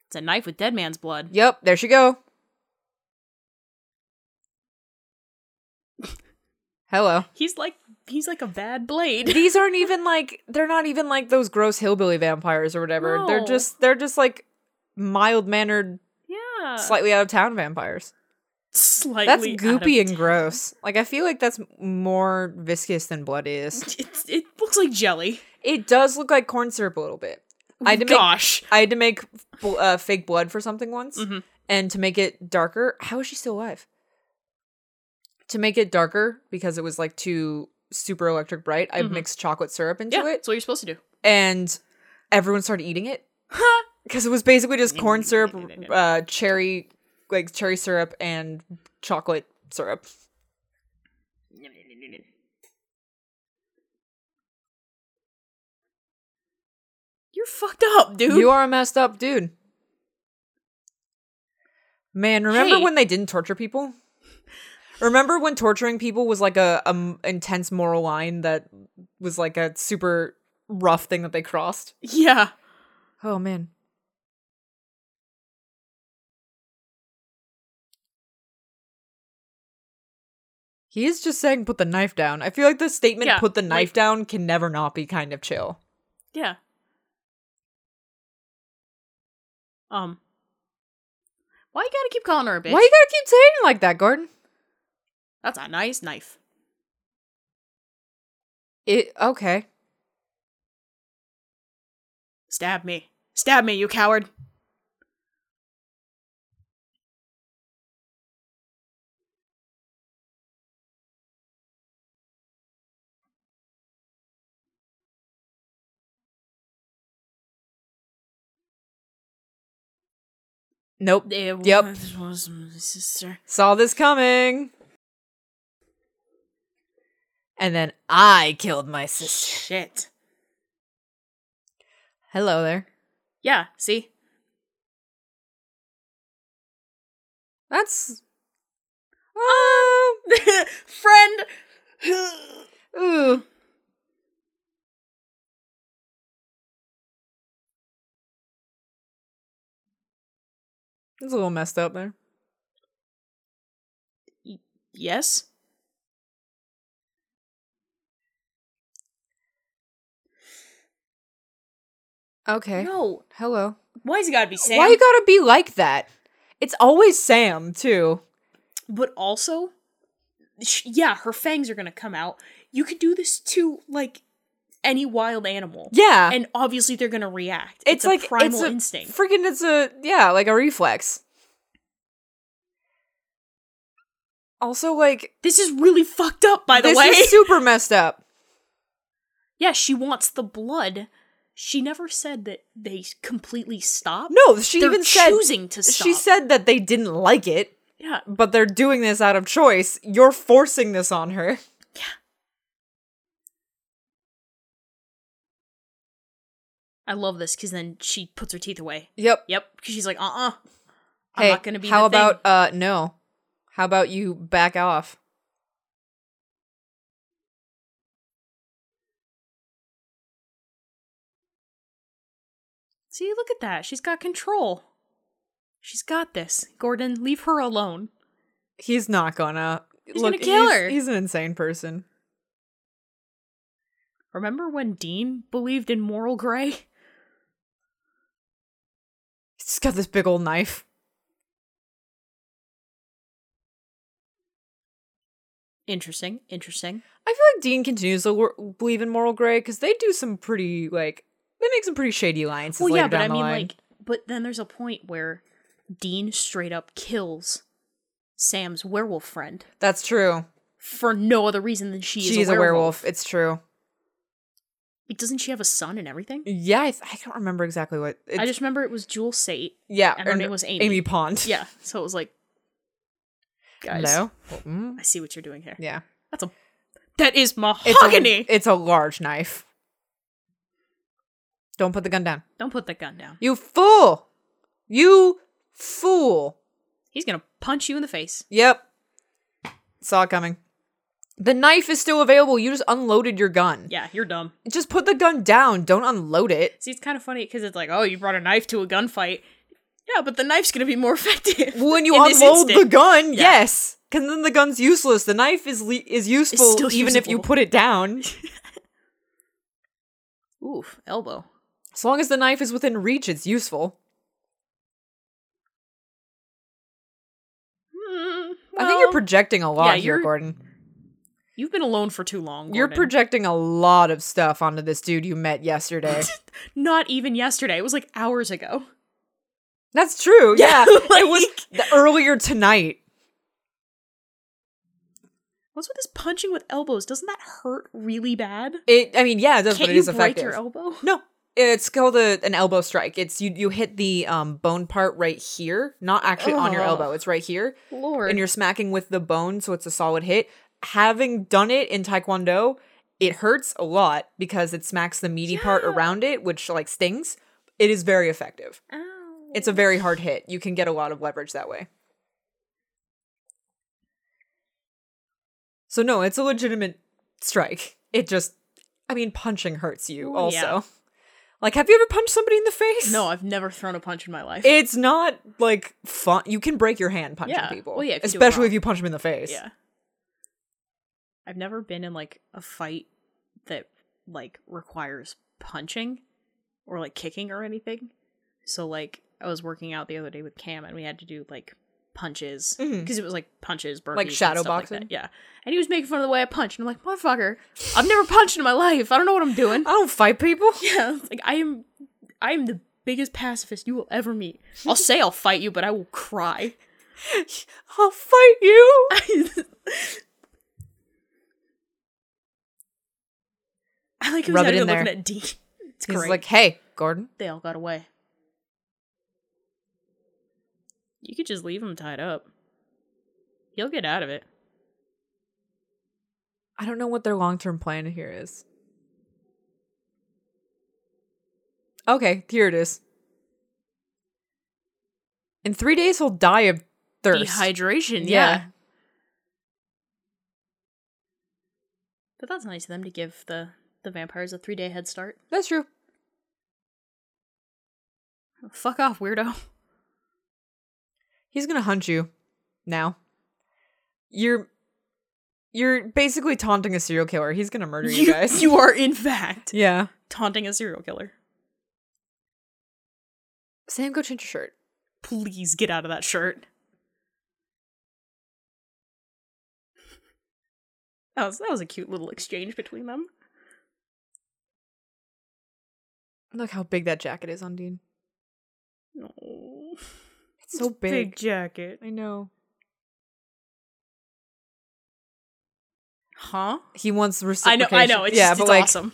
Speaker 2: It's a knife with dead man's blood.
Speaker 1: Yep, there she go. Hello.
Speaker 2: He's like he's like a bad (laughs) blade.
Speaker 1: These aren't even like they're not even like those gross hillbilly vampires or whatever. They're
Speaker 2: No.
Speaker 1: just they're just like mild mannered,
Speaker 2: yeah.
Speaker 1: slightly out of town vampires. That's
Speaker 2: Uh. Slightly.
Speaker 1: goopy
Speaker 2: out
Speaker 1: and gross. Like I feel like that's more viscous than blood is.
Speaker 2: of- (laughs) It's, it looks like jelly.
Speaker 1: It does look like corn syrup a little bit. I had to make
Speaker 2: Gosh.
Speaker 1: I had to make bl- uh, fake blood for something once,
Speaker 2: Mhm.
Speaker 1: and to make it darker, how is she still alive? To make it darker because it was like too super electric bright, I
Speaker 2: Mhm.
Speaker 1: mixed chocolate syrup into
Speaker 2: yeah.
Speaker 1: it,
Speaker 2: That's what you're supposed to do. (laughs)
Speaker 1: and everyone started eating it because it was basically just corn syrup, uh, cherry, like cherry syrup, and chocolate syrup.
Speaker 2: You're fucked up, dude.
Speaker 1: You are a messed up dude. Man, remember
Speaker 2: Hey.
Speaker 1: when they didn't torture people? Remember when torturing people was like a, a m- intense moral line that was like a super rough thing that they crossed?
Speaker 2: yeah.
Speaker 1: Oh man. He is just saying put the knife down. I feel like the statement
Speaker 2: Yeah,
Speaker 1: put the knife
Speaker 2: like-
Speaker 1: down can never not be kind of chill.
Speaker 2: Yeah. Um. Why you gotta keep calling her a bitch?
Speaker 1: Why you gotta keep saying it like that, Gordon?
Speaker 2: That's a nice knife.
Speaker 1: It okay.
Speaker 2: Stab me. Stab me, you coward.
Speaker 1: Nope.
Speaker 2: It
Speaker 1: Yep.
Speaker 2: was- was my sister.
Speaker 1: Saw this coming. And then I killed my sister.
Speaker 2: Shit.
Speaker 1: Hello there.
Speaker 2: Yeah, see?
Speaker 1: That's
Speaker 2: um, (laughs) Friend!
Speaker 1: ooh. It's a little messed up there.
Speaker 2: yes?
Speaker 1: Okay.
Speaker 2: No.
Speaker 1: Hello.
Speaker 2: Why's it gotta be Sam?
Speaker 1: Why you gotta be like that? It's always Sam too.
Speaker 2: but also, sh- yeah, her fangs are gonna come out. You could do this to, like, any wild animal.
Speaker 1: Yeah.
Speaker 2: And obviously they're gonna react.
Speaker 1: it's,
Speaker 2: a
Speaker 1: like
Speaker 2: primal
Speaker 1: it's a,
Speaker 2: instinct.
Speaker 1: Freaking, it's a yeah, like a reflex. Also, like
Speaker 2: this is really fucked up, by the
Speaker 1: this
Speaker 2: way. (laughs)
Speaker 1: is super messed up.
Speaker 2: yeah, she wants the blood. She never said that they completely stop.
Speaker 1: No, she
Speaker 2: they're
Speaker 1: even said
Speaker 2: choosing to stop.
Speaker 1: she said that they didn't like it,
Speaker 2: yeah,
Speaker 1: but they're doing this out of choice. You're forcing this on her.
Speaker 2: I love this because then she puts her teeth away.
Speaker 1: (laughs) Yep.
Speaker 2: Yep, because she's like, uh, uh-uh, uh, i am
Speaker 1: hey,
Speaker 2: not gonna be.
Speaker 1: how
Speaker 2: the thing."
Speaker 1: about uh no? How about you back off?
Speaker 2: See, look at that. She's got control. She's got this. Gordon, leave her alone.
Speaker 1: He's not gonna.
Speaker 2: He's gonna kill
Speaker 1: he's-
Speaker 2: her.
Speaker 1: He's an insane person.
Speaker 2: Remember when Dean believed in moral gray? (laughs)
Speaker 1: He's got this big old knife.
Speaker 2: Interesting. Interesting.
Speaker 1: I feel like Dean continues to wor- believe in moral gray because they do some pretty like they make some pretty shady alliances.
Speaker 2: Well,
Speaker 1: later
Speaker 2: yeah, but
Speaker 1: down
Speaker 2: I
Speaker 1: the
Speaker 2: mean,
Speaker 1: line.
Speaker 2: like, but then there's a point where Dean straight up kills Sam's werewolf friend
Speaker 1: that's true.
Speaker 2: for no other reason than she
Speaker 1: She's
Speaker 2: is
Speaker 1: a werewolf. It's true.
Speaker 2: Like, doesn't she have a son and everything?
Speaker 1: Yeah, I, th- I can't remember exactly what. It's,
Speaker 2: I just remember it was Jewel Sate.
Speaker 1: yeah,
Speaker 2: and her name was Amy.
Speaker 1: Amy Pond. (laughs)
Speaker 2: Yeah, so it was like, guys,
Speaker 1: Hello. Mm,
Speaker 2: I see what you're doing here.
Speaker 1: yeah,
Speaker 2: That's a that is
Speaker 1: a,
Speaker 2: mahogany.
Speaker 1: it's a large knife. Don't put the gun down.
Speaker 2: Don't put that gun down.
Speaker 1: You fool! You fool!
Speaker 2: He's gonna punch you in the face.
Speaker 1: Yep. Saw it coming. The knife is still available. You just unloaded your gun.
Speaker 2: Yeah, you're dumb.
Speaker 1: Just put the gun down. Don't unload it.
Speaker 2: See, it's kind of funny because it's like, oh, you brought a knife to a gunfight. Yeah, but the knife's gonna be more (laughs) effective
Speaker 1: When you
Speaker 2: in this
Speaker 1: unload the
Speaker 2: instant.
Speaker 1: gun,
Speaker 2: Yeah.
Speaker 1: yes, because then the gun's useless. The knife is le- is useful
Speaker 2: still
Speaker 1: even if you
Speaker 2: usable.
Speaker 1: put it down,
Speaker 2: (laughs) Oof, elbow.
Speaker 1: as long as the knife is within reach. It's useful. I think you're projecting a lot
Speaker 2: yeah,
Speaker 1: here,
Speaker 2: you're-
Speaker 1: Gordon.
Speaker 2: You've been alone for too long.
Speaker 1: You're
Speaker 2: Gordon.
Speaker 1: projecting a lot of stuff onto this dude you met yesterday.
Speaker 2: (laughs) not even yesterday. It was like hours ago.
Speaker 1: That's true.
Speaker 2: (laughs)
Speaker 1: Yeah,
Speaker 2: like-
Speaker 1: it was th- earlier tonight.
Speaker 2: What's with this punching with elbows? Doesn't that hurt really bad?
Speaker 1: It. I mean, yeah, it does,
Speaker 2: Can't
Speaker 1: but it
Speaker 2: you
Speaker 1: is
Speaker 2: break
Speaker 1: effective.
Speaker 2: your elbow?
Speaker 1: No, it's called a, an elbow strike. It's you you hit the um bone part right here, not actually on your
Speaker 2: Ugh.
Speaker 1: elbow. It's right here,
Speaker 2: Lord.
Speaker 1: and you're smacking with the bone, so it's a solid hit. Having done it in taekwondo, it hurts a lot because it smacks the meaty part
Speaker 2: Yeah.
Speaker 1: around it, which like stings. It is very effective.
Speaker 2: Ow.
Speaker 1: It's a very hard hit. You can get a lot of leverage that way. So no, it's a legitimate strike. It just I mean punching hurts you
Speaker 2: Well,
Speaker 1: also.
Speaker 2: yeah.
Speaker 1: Like have you ever punched somebody in the face?
Speaker 2: No, I've never thrown a punch in my life.
Speaker 1: It's not like fun. You can break your hand punching
Speaker 2: Yeah.
Speaker 1: people.
Speaker 2: Well, yeah, if you do it
Speaker 1: especially
Speaker 2: wrong.
Speaker 1: if you punch them in the face.
Speaker 2: yeah. I've never been in like a fight that like requires punching or like kicking or anything. So like I was working out the other day with Cam and we had to do like punches because
Speaker 1: Mhm.
Speaker 2: it was like punches, burpees,
Speaker 1: Like
Speaker 2: and
Speaker 1: shadow
Speaker 2: stuff like that.
Speaker 1: boxing?
Speaker 2: yeah. And he was making fun of the way I punched, and I'm like, motherfucker, I've never punched in my life. I don't know what
Speaker 1: (laughs)
Speaker 2: I'm doing.
Speaker 1: I don't fight people.
Speaker 2: (laughs) Yeah, it's like I am, I am the biggest pacifist you will ever meet.
Speaker 1: (laughs)
Speaker 2: I'll say I'll fight you, but I will cry.
Speaker 1: I'll fight
Speaker 2: (laughs)
Speaker 1: you.
Speaker 2: (laughs) I like who's
Speaker 1: Rub it
Speaker 2: out
Speaker 1: in
Speaker 2: there looking
Speaker 1: there.
Speaker 2: at Dean. It's
Speaker 1: He's
Speaker 2: great.
Speaker 1: like, hey, Gordon,
Speaker 2: they all got away. You could just leave him tied up. He'll get out of it.
Speaker 1: I don't know what their long term plan here is. Okay, here it is. In three days, he'll die of thirst.
Speaker 2: Dehydration, yeah.
Speaker 1: Yeah.
Speaker 2: But that's nice of them to give the the vampires a three day head start.
Speaker 1: That's true.
Speaker 2: Fuck off, weirdo.
Speaker 1: He's gonna hunt you now. You're you're basically taunting a serial killer. He's gonna murder you,
Speaker 2: (laughs)
Speaker 1: guys. (laughs)
Speaker 2: you are in fact
Speaker 1: yeah.
Speaker 2: taunting a serial killer.
Speaker 1: Sam, go change your shirt.
Speaker 2: Please get out of that shirt. That was that was a cute little exchange between them.
Speaker 1: Look how big that jacket is on Dean.
Speaker 2: Aw.
Speaker 1: It's so
Speaker 2: big
Speaker 1: big.
Speaker 2: jacket.
Speaker 1: I know.
Speaker 2: Huh?
Speaker 1: He wants
Speaker 2: I know,
Speaker 1: reciprocation.
Speaker 2: I know. It's, yeah, it's
Speaker 1: like
Speaker 2: awesome.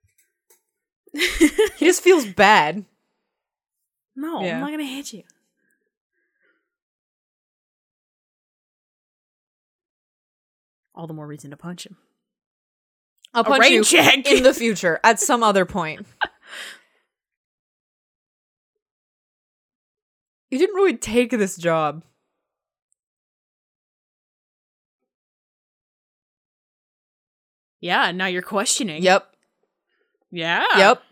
Speaker 1: (laughs) he just feels bad.
Speaker 2: no,
Speaker 1: Yeah.
Speaker 2: I'm not gonna hit you. All the more reason to punch him.
Speaker 1: I'll punch
Speaker 2: rain
Speaker 1: you (laughs)
Speaker 2: check.
Speaker 1: in the future at some other point. You didn't really take this job.
Speaker 2: yeah, now you're questioning.
Speaker 1: Yep.
Speaker 2: Yeah.
Speaker 1: Yep.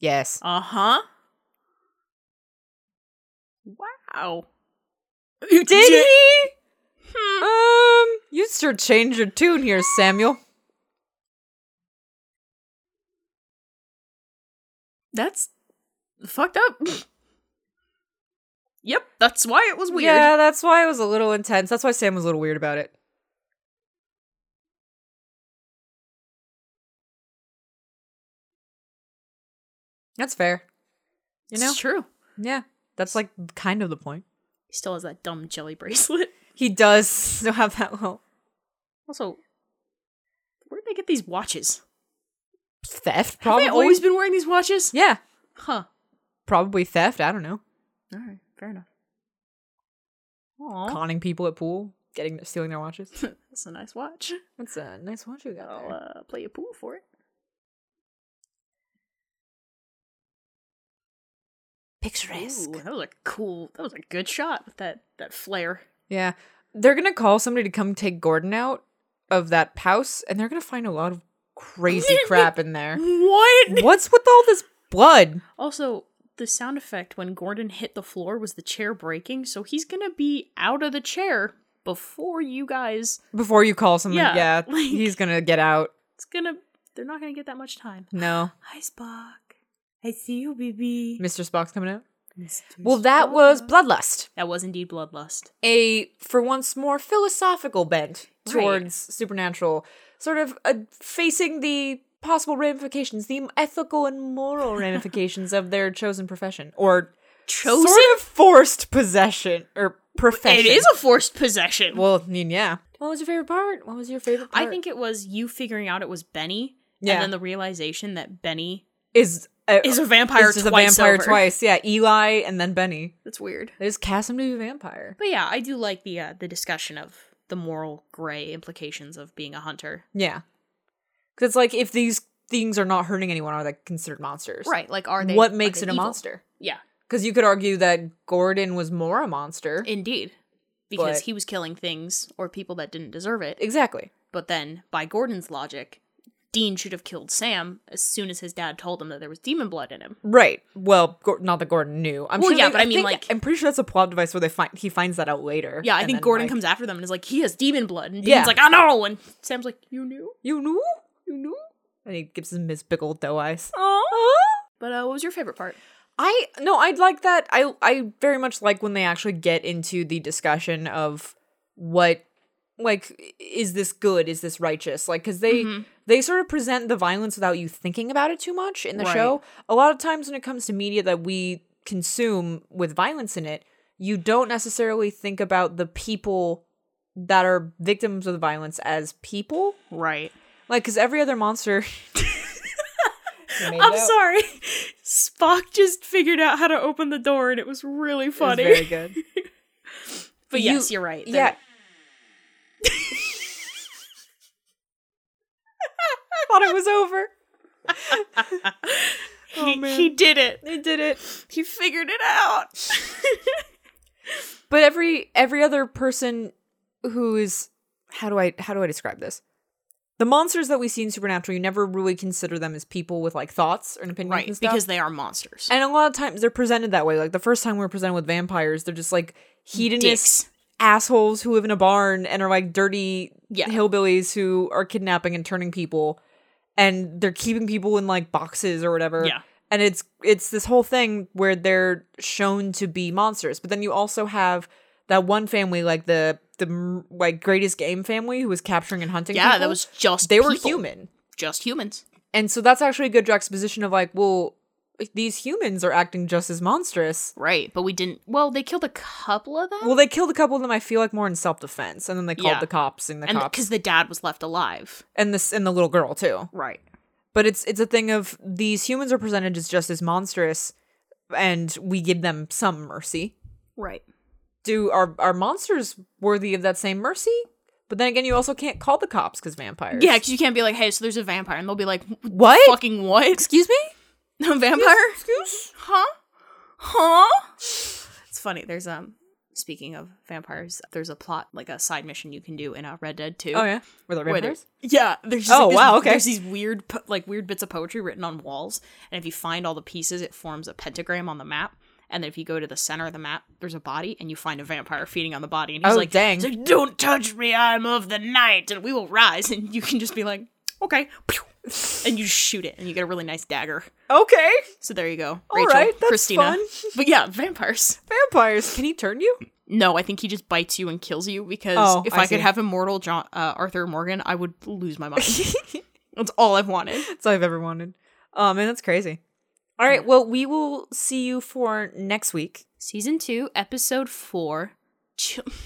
Speaker 1: Yes.
Speaker 2: Uh huh. Wow. You
Speaker 1: Did he?
Speaker 2: Hmm.
Speaker 1: Um, you sure changed your tune here, Samuel.
Speaker 2: That's fucked up. yep, that's why it was weird.
Speaker 1: Yeah, that's why it was a little intense. That's why Sam was a little weird about it. That's fair. You know?
Speaker 2: it's true.
Speaker 1: Yeah. That's like kind of the point.
Speaker 2: He still has that dumb jelly bracelet. (laughs)
Speaker 1: He does (laughs) still have that little
Speaker 2: Also, where did they get these watches?
Speaker 1: theft,
Speaker 2: Have
Speaker 1: probably.
Speaker 2: they always been wearing these watches?
Speaker 1: yeah,
Speaker 2: Huh.
Speaker 1: probably theft. I don't know.
Speaker 2: All right, fair enough. Aw,
Speaker 1: Conning people at pool, getting stealing their watches.
Speaker 2: (laughs) that's a nice watch.
Speaker 1: That's a nice watch you got.
Speaker 2: I'll
Speaker 1: there.
Speaker 2: uh, play a pool for it.
Speaker 1: Picturesque.
Speaker 2: Ooh, that was a cool. That was a good shot with that that flare.
Speaker 1: Yeah. They're going to call somebody to come take Gordon out of that house, and they're going to find a lot of (laughs) crazy crap in there.
Speaker 2: What?
Speaker 1: What's with all this blood?
Speaker 2: Also, the sound effect when Gordon hit the floor was the chair breaking, so he's gonna be out of the chair before you guys.
Speaker 1: Before you call someone,
Speaker 2: Yeah,
Speaker 1: yeah,
Speaker 2: like-
Speaker 1: he's going to get out.
Speaker 2: It's gonna. They're not gonna get that much time.
Speaker 1: No.
Speaker 2: Hi, Spock. I see you, baby.
Speaker 1: Mr. Spock's coming out. Well, that was Bloodlust,
Speaker 2: That was indeed bloodlust.
Speaker 1: a, for once, more philosophical bent
Speaker 2: Right.
Speaker 1: towards supernatural, sort of uh, facing the possible ramifications, the ethical and
Speaker 2: (laughs)
Speaker 1: moral ramifications of their chosen profession or
Speaker 2: Chosen.
Speaker 1: sort of forced possession or profession.
Speaker 2: It is a forced possession.
Speaker 1: well, I mean, yeah. What was your favorite part? What was your favorite
Speaker 2: I think it was you figuring out it was Benny,
Speaker 1: Yeah.
Speaker 2: and then the realization that Benny
Speaker 1: is a,
Speaker 2: is a vampire
Speaker 1: is just
Speaker 2: twice.
Speaker 1: a vampire
Speaker 2: over.
Speaker 1: twice. Yeah, Eli and then Benny.
Speaker 2: That's weird.
Speaker 1: They just cast him to be a vampire.
Speaker 2: But yeah, I do like the uh, the discussion of the moral gray implications of being a hunter.
Speaker 1: Yeah, because it's like if these things are not hurting anyone, are they considered monsters?
Speaker 2: Right. Like, are they
Speaker 1: what makes
Speaker 2: are
Speaker 1: it
Speaker 2: they
Speaker 1: a
Speaker 2: evil?
Speaker 1: monster?
Speaker 2: Yeah,
Speaker 1: Because you could argue that Gordon was more a monster.
Speaker 2: indeed. Because
Speaker 1: But-
Speaker 2: he was killing things or people that didn't deserve it.
Speaker 1: exactly.
Speaker 2: But then, by Gordon's logic, Dean should have killed Sam as soon as his dad told him that there was demon blood in him.
Speaker 1: Right. Well, Gor- not that Gordon knew. I'm
Speaker 2: Well,
Speaker 1: sure
Speaker 2: yeah,
Speaker 1: they-
Speaker 2: but I mean,
Speaker 1: think-
Speaker 2: like-
Speaker 1: I'm pretty sure that's a plot device where they find he finds that out later.
Speaker 2: Yeah, I
Speaker 1: and
Speaker 2: think
Speaker 1: then,
Speaker 2: Gordon
Speaker 1: like,
Speaker 2: comes after them and is like, he has demon blood. And Dean's
Speaker 1: Yeah.
Speaker 2: like, I know. And Sam's like, you knew?
Speaker 1: You knew?
Speaker 2: You knew?
Speaker 1: And he gives him his big old doe eyes.
Speaker 2: But uh, what was your favorite part?
Speaker 1: I no, I'd like that. I I very much like when they actually get into the discussion of what like is this good? Is this righteous? Like cuz they
Speaker 2: Mhm.
Speaker 1: they sort of present the violence without you thinking about it too much in the
Speaker 2: Right.
Speaker 1: show. A lot of times when it comes to media that we consume with violence in it, you don't necessarily think about the people that are victims of the violence as people.
Speaker 2: Right.
Speaker 1: (laughs) Like cuz every other monster
Speaker 2: I'm sorry. (laughs) Spock just figured out how to open the door, and it was really funny.
Speaker 1: It was very good.
Speaker 2: (laughs) but
Speaker 1: You-
Speaker 2: yes, you're right. They're-
Speaker 1: yeah. (laughs) Thought it was (laughs) over.
Speaker 2: he,
Speaker 1: Oh, man.
Speaker 2: he did it.
Speaker 1: They did it.
Speaker 2: He figured it
Speaker 1: (laughs)
Speaker 2: out.
Speaker 1: But every every other person who is how do I how do I describe this? The monsters that we see in Supernatural, you never really consider them as people with like thoughts or an opinion
Speaker 2: right,
Speaker 1: and stuff.
Speaker 2: because they are monsters.
Speaker 1: and a lot of times they're presented that way. Like the first time we were presented with vampires, they're just like hedonist
Speaker 2: Dicks.
Speaker 1: assholes who live in a barn and are like dirty
Speaker 2: Yeah.
Speaker 1: hillbillies who are kidnapping and turning people and they're keeping people in like boxes or whatever.
Speaker 2: Yeah.
Speaker 1: And it's it's this whole thing where they're shown to be monsters. But then you also have that one family like the the m- like greatest game family who was capturing and hunting
Speaker 2: Yeah, that
Speaker 1: people.
Speaker 2: was just
Speaker 1: they were
Speaker 2: people.
Speaker 1: human.
Speaker 2: Just humans.
Speaker 1: And so that's actually a good juxtaposition of like, well, these humans are acting just as monstrous.
Speaker 2: Right, but we didn't. Well, they killed a couple of them,
Speaker 1: Well, they killed a couple of them. I feel like more in self defense, and then they called
Speaker 2: Mm. Yeah.
Speaker 1: the cops and the
Speaker 2: and
Speaker 1: cops
Speaker 2: because the dad was left alive.
Speaker 1: and this and the little girl too.
Speaker 2: Right.
Speaker 1: But it's it's a thing of these humans are presented as just as monstrous, and we give them some mercy.
Speaker 2: Right.
Speaker 1: Do are are monsters worthy of that same mercy? But then again, you also can't call the cops because vampires.
Speaker 2: Yeah, because you can't be like, hey, so there's a vampire, and they'll be like,
Speaker 1: What?
Speaker 2: fucking what?
Speaker 1: Excuse me.
Speaker 2: (laughs) A vampire?
Speaker 1: Excuse- Excuse?
Speaker 2: Huh? Huh? It's funny. There's um. Speaking of vampires, there's a plot like a side mission you can do in uh, Red Dead 2.
Speaker 1: Oh yeah. Were there
Speaker 2: Where
Speaker 1: vampires?
Speaker 2: there's yeah, there's just,
Speaker 1: Oh,
Speaker 2: like, this-
Speaker 1: wow, okay.
Speaker 2: There's these weird po- like weird bits of poetry written on walls, and if you find all the pieces, it forms a pentagram on the map. And then if you go to the center of the map, there's a body, and you find a vampire feeding on the body, and he's
Speaker 1: Oh,
Speaker 2: like,
Speaker 1: dang.
Speaker 2: he's like, "Don't touch me, I'm of the night, and we will rise." And you can just be like, "Okay," Pew. and you shoot it, and you get a really nice dagger.
Speaker 1: Okay.
Speaker 2: So there you go,
Speaker 1: All
Speaker 2: Rachel,
Speaker 1: right, that's
Speaker 2: Christina.
Speaker 1: fun.
Speaker 2: But yeah, vampires.
Speaker 1: Vampires. Can he turn you?
Speaker 2: No, I think he just bites you and kills you because
Speaker 1: Oh,
Speaker 2: if
Speaker 1: I
Speaker 2: I, could
Speaker 1: see.
Speaker 2: have immortal John, uh, Arthur Morgan, I would
Speaker 1: (laughs)
Speaker 2: lose my mind. That's all I've wanted.
Speaker 1: That's all I've ever wanted. Oh man, that's crazy. All right, well, we will see you for next week.
Speaker 2: Season two, episode four. Ch- Is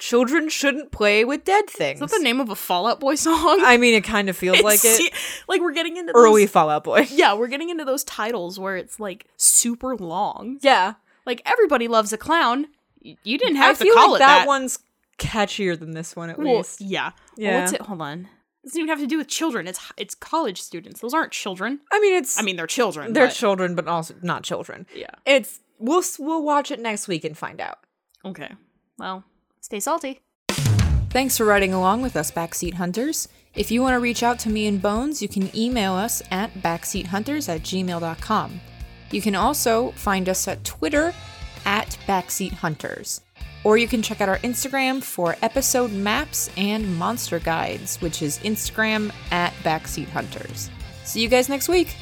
Speaker 1: Children shouldn't play with dead things.
Speaker 2: that the name of a Fallout Boy song?
Speaker 1: I mean, it kind of
Speaker 2: (laughs)
Speaker 1: feels
Speaker 2: It's
Speaker 1: like it.
Speaker 2: se- Like we're getting into
Speaker 1: Early
Speaker 2: Those-
Speaker 1: Fallout Boy.
Speaker 2: (laughs) yeah, we're getting into those titles where it's like super long.
Speaker 1: Yeah,
Speaker 2: Like everybody loves a clown. Y- You didn't have
Speaker 1: I
Speaker 2: to
Speaker 1: feel
Speaker 2: call
Speaker 1: like
Speaker 2: it that.
Speaker 1: that, one's catchier than this one at
Speaker 2: Well,
Speaker 1: least.
Speaker 2: yeah.
Speaker 1: Yeah.
Speaker 2: Well, what's it? Hold on. It doesn't even have to do with children. It's it's college students. Those aren't children.
Speaker 1: I mean, it's
Speaker 2: I mean, they're children.
Speaker 1: they're
Speaker 2: but-
Speaker 1: children, but also not children.
Speaker 2: yeah.
Speaker 1: It's we'll s- we'll watch it next week and find out.
Speaker 2: Okay. Well, stay salty.
Speaker 3: Thanks for riding along with us, Backseat Hunters. If you want to reach out to me and Bones, you can email us at backseathunters at gmail.com. You can also find us at Twitter at Backseat Hunters. Or you can check out our Instagram for episode maps and monster guides, which is Instagram at Backseat Hunters. See you guys next week.